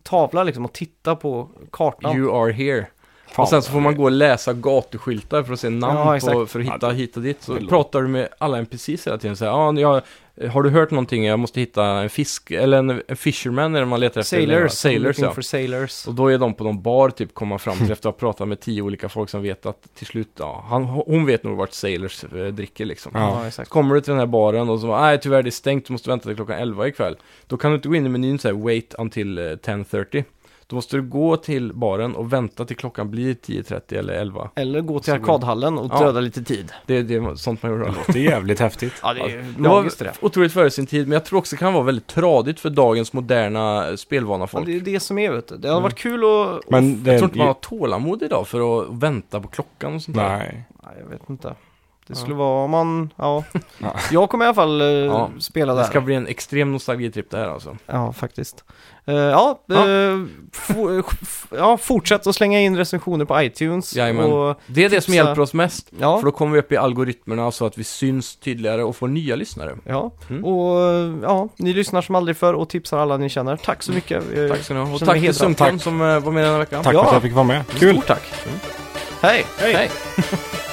Speaker 1: tavla liksom och titta på kartan.
Speaker 2: You are here.
Speaker 3: Fan.
Speaker 2: och sen så får man gå och läsa gatuskyltar för att se namn
Speaker 1: Ja,
Speaker 2: på,
Speaker 1: exakt.
Speaker 2: för att hitta
Speaker 3: Ja, det-
Speaker 2: hit och dit. Så
Speaker 3: det låter-
Speaker 2: pratar du med alla NPCs hela tiden. Så här, ah, jag, har du hört någonting? Jag måste hitta en fisk, eller en, en fisherman eller man letar efter. Eller,
Speaker 1: Sailors,
Speaker 2: sailors
Speaker 1: looking
Speaker 2: ja.
Speaker 1: for sailors.
Speaker 2: Och då är de på någon bar typ komma fram till efter att ha pratat med tio olika folk som vet att till slut, ja, han, hon vet nog vart Sailors eh, dricker liksom.
Speaker 3: Ja.
Speaker 1: exakt.
Speaker 2: Så kommer du till den här baren och så bara, nej tyvärr det är stängt, du måste vänta till klockan 11 ikväll. Då kan du inte gå in i menyn så här, wait until eh, 10.30. Då måste du gå till baren och vänta till klockan blir 10.30 eller 11.
Speaker 1: Eller gå till
Speaker 2: Så går-
Speaker 1: arkadhallen och
Speaker 2: Ja.
Speaker 1: döda lite tid.
Speaker 2: Det är det är sånt man gör då.
Speaker 3: Det är jävligt häftigt.
Speaker 1: Ja, det
Speaker 2: är
Speaker 1: är
Speaker 2: Det var
Speaker 1: magiskt det där.
Speaker 2: otroligt före sin tid, men jag tror också det kan vara väldigt tradigt för dagens moderna eh, spelvana
Speaker 1: Ja,
Speaker 2: folk.
Speaker 1: det är det som är vet du. Det hade varit kul att...
Speaker 3: Men det...
Speaker 2: Jag tror inte man har tålamod idag för att vänta på klockan och sånt där.
Speaker 3: Nej.
Speaker 1: Nej, jag vet inte. Det
Speaker 2: Ja.
Speaker 1: skulle vara om man, ja.
Speaker 3: Ja.
Speaker 1: Jag kommer i alla fall eh,
Speaker 2: Ja.
Speaker 1: spela
Speaker 2: Det
Speaker 1: där.
Speaker 2: ska bli en extrem nostalgitripp det här alltså.
Speaker 1: Ja, faktiskt. Eh, ja,
Speaker 2: Ja.
Speaker 1: eh, fo- eh, f- ja, fortsätt att slänga in recensioner på iTunes.
Speaker 2: Jajamän.
Speaker 1: Och,
Speaker 2: Det är det som
Speaker 1: Tipsa.
Speaker 2: hjälper oss mest.
Speaker 1: ja,
Speaker 2: För då kommer vi upp i algoritmerna så att vi syns tydligare och får nya lyssnare.
Speaker 1: ja.
Speaker 2: Mm.
Speaker 1: och eh, ja, ni lyssnar som aldrig förr och tipsar alla ni känner. Tack så mycket. Eh,
Speaker 2: Tack ska ni ha. Och
Speaker 1: Känner
Speaker 2: tack
Speaker 1: mig
Speaker 2: till
Speaker 1: hedrad.
Speaker 2: Sundkron som eh, var med den här veckan.
Speaker 3: Tack
Speaker 1: Ja.
Speaker 3: för att jag fick vara med. Kul!
Speaker 2: Stort tack.
Speaker 1: Hej!
Speaker 2: Hej.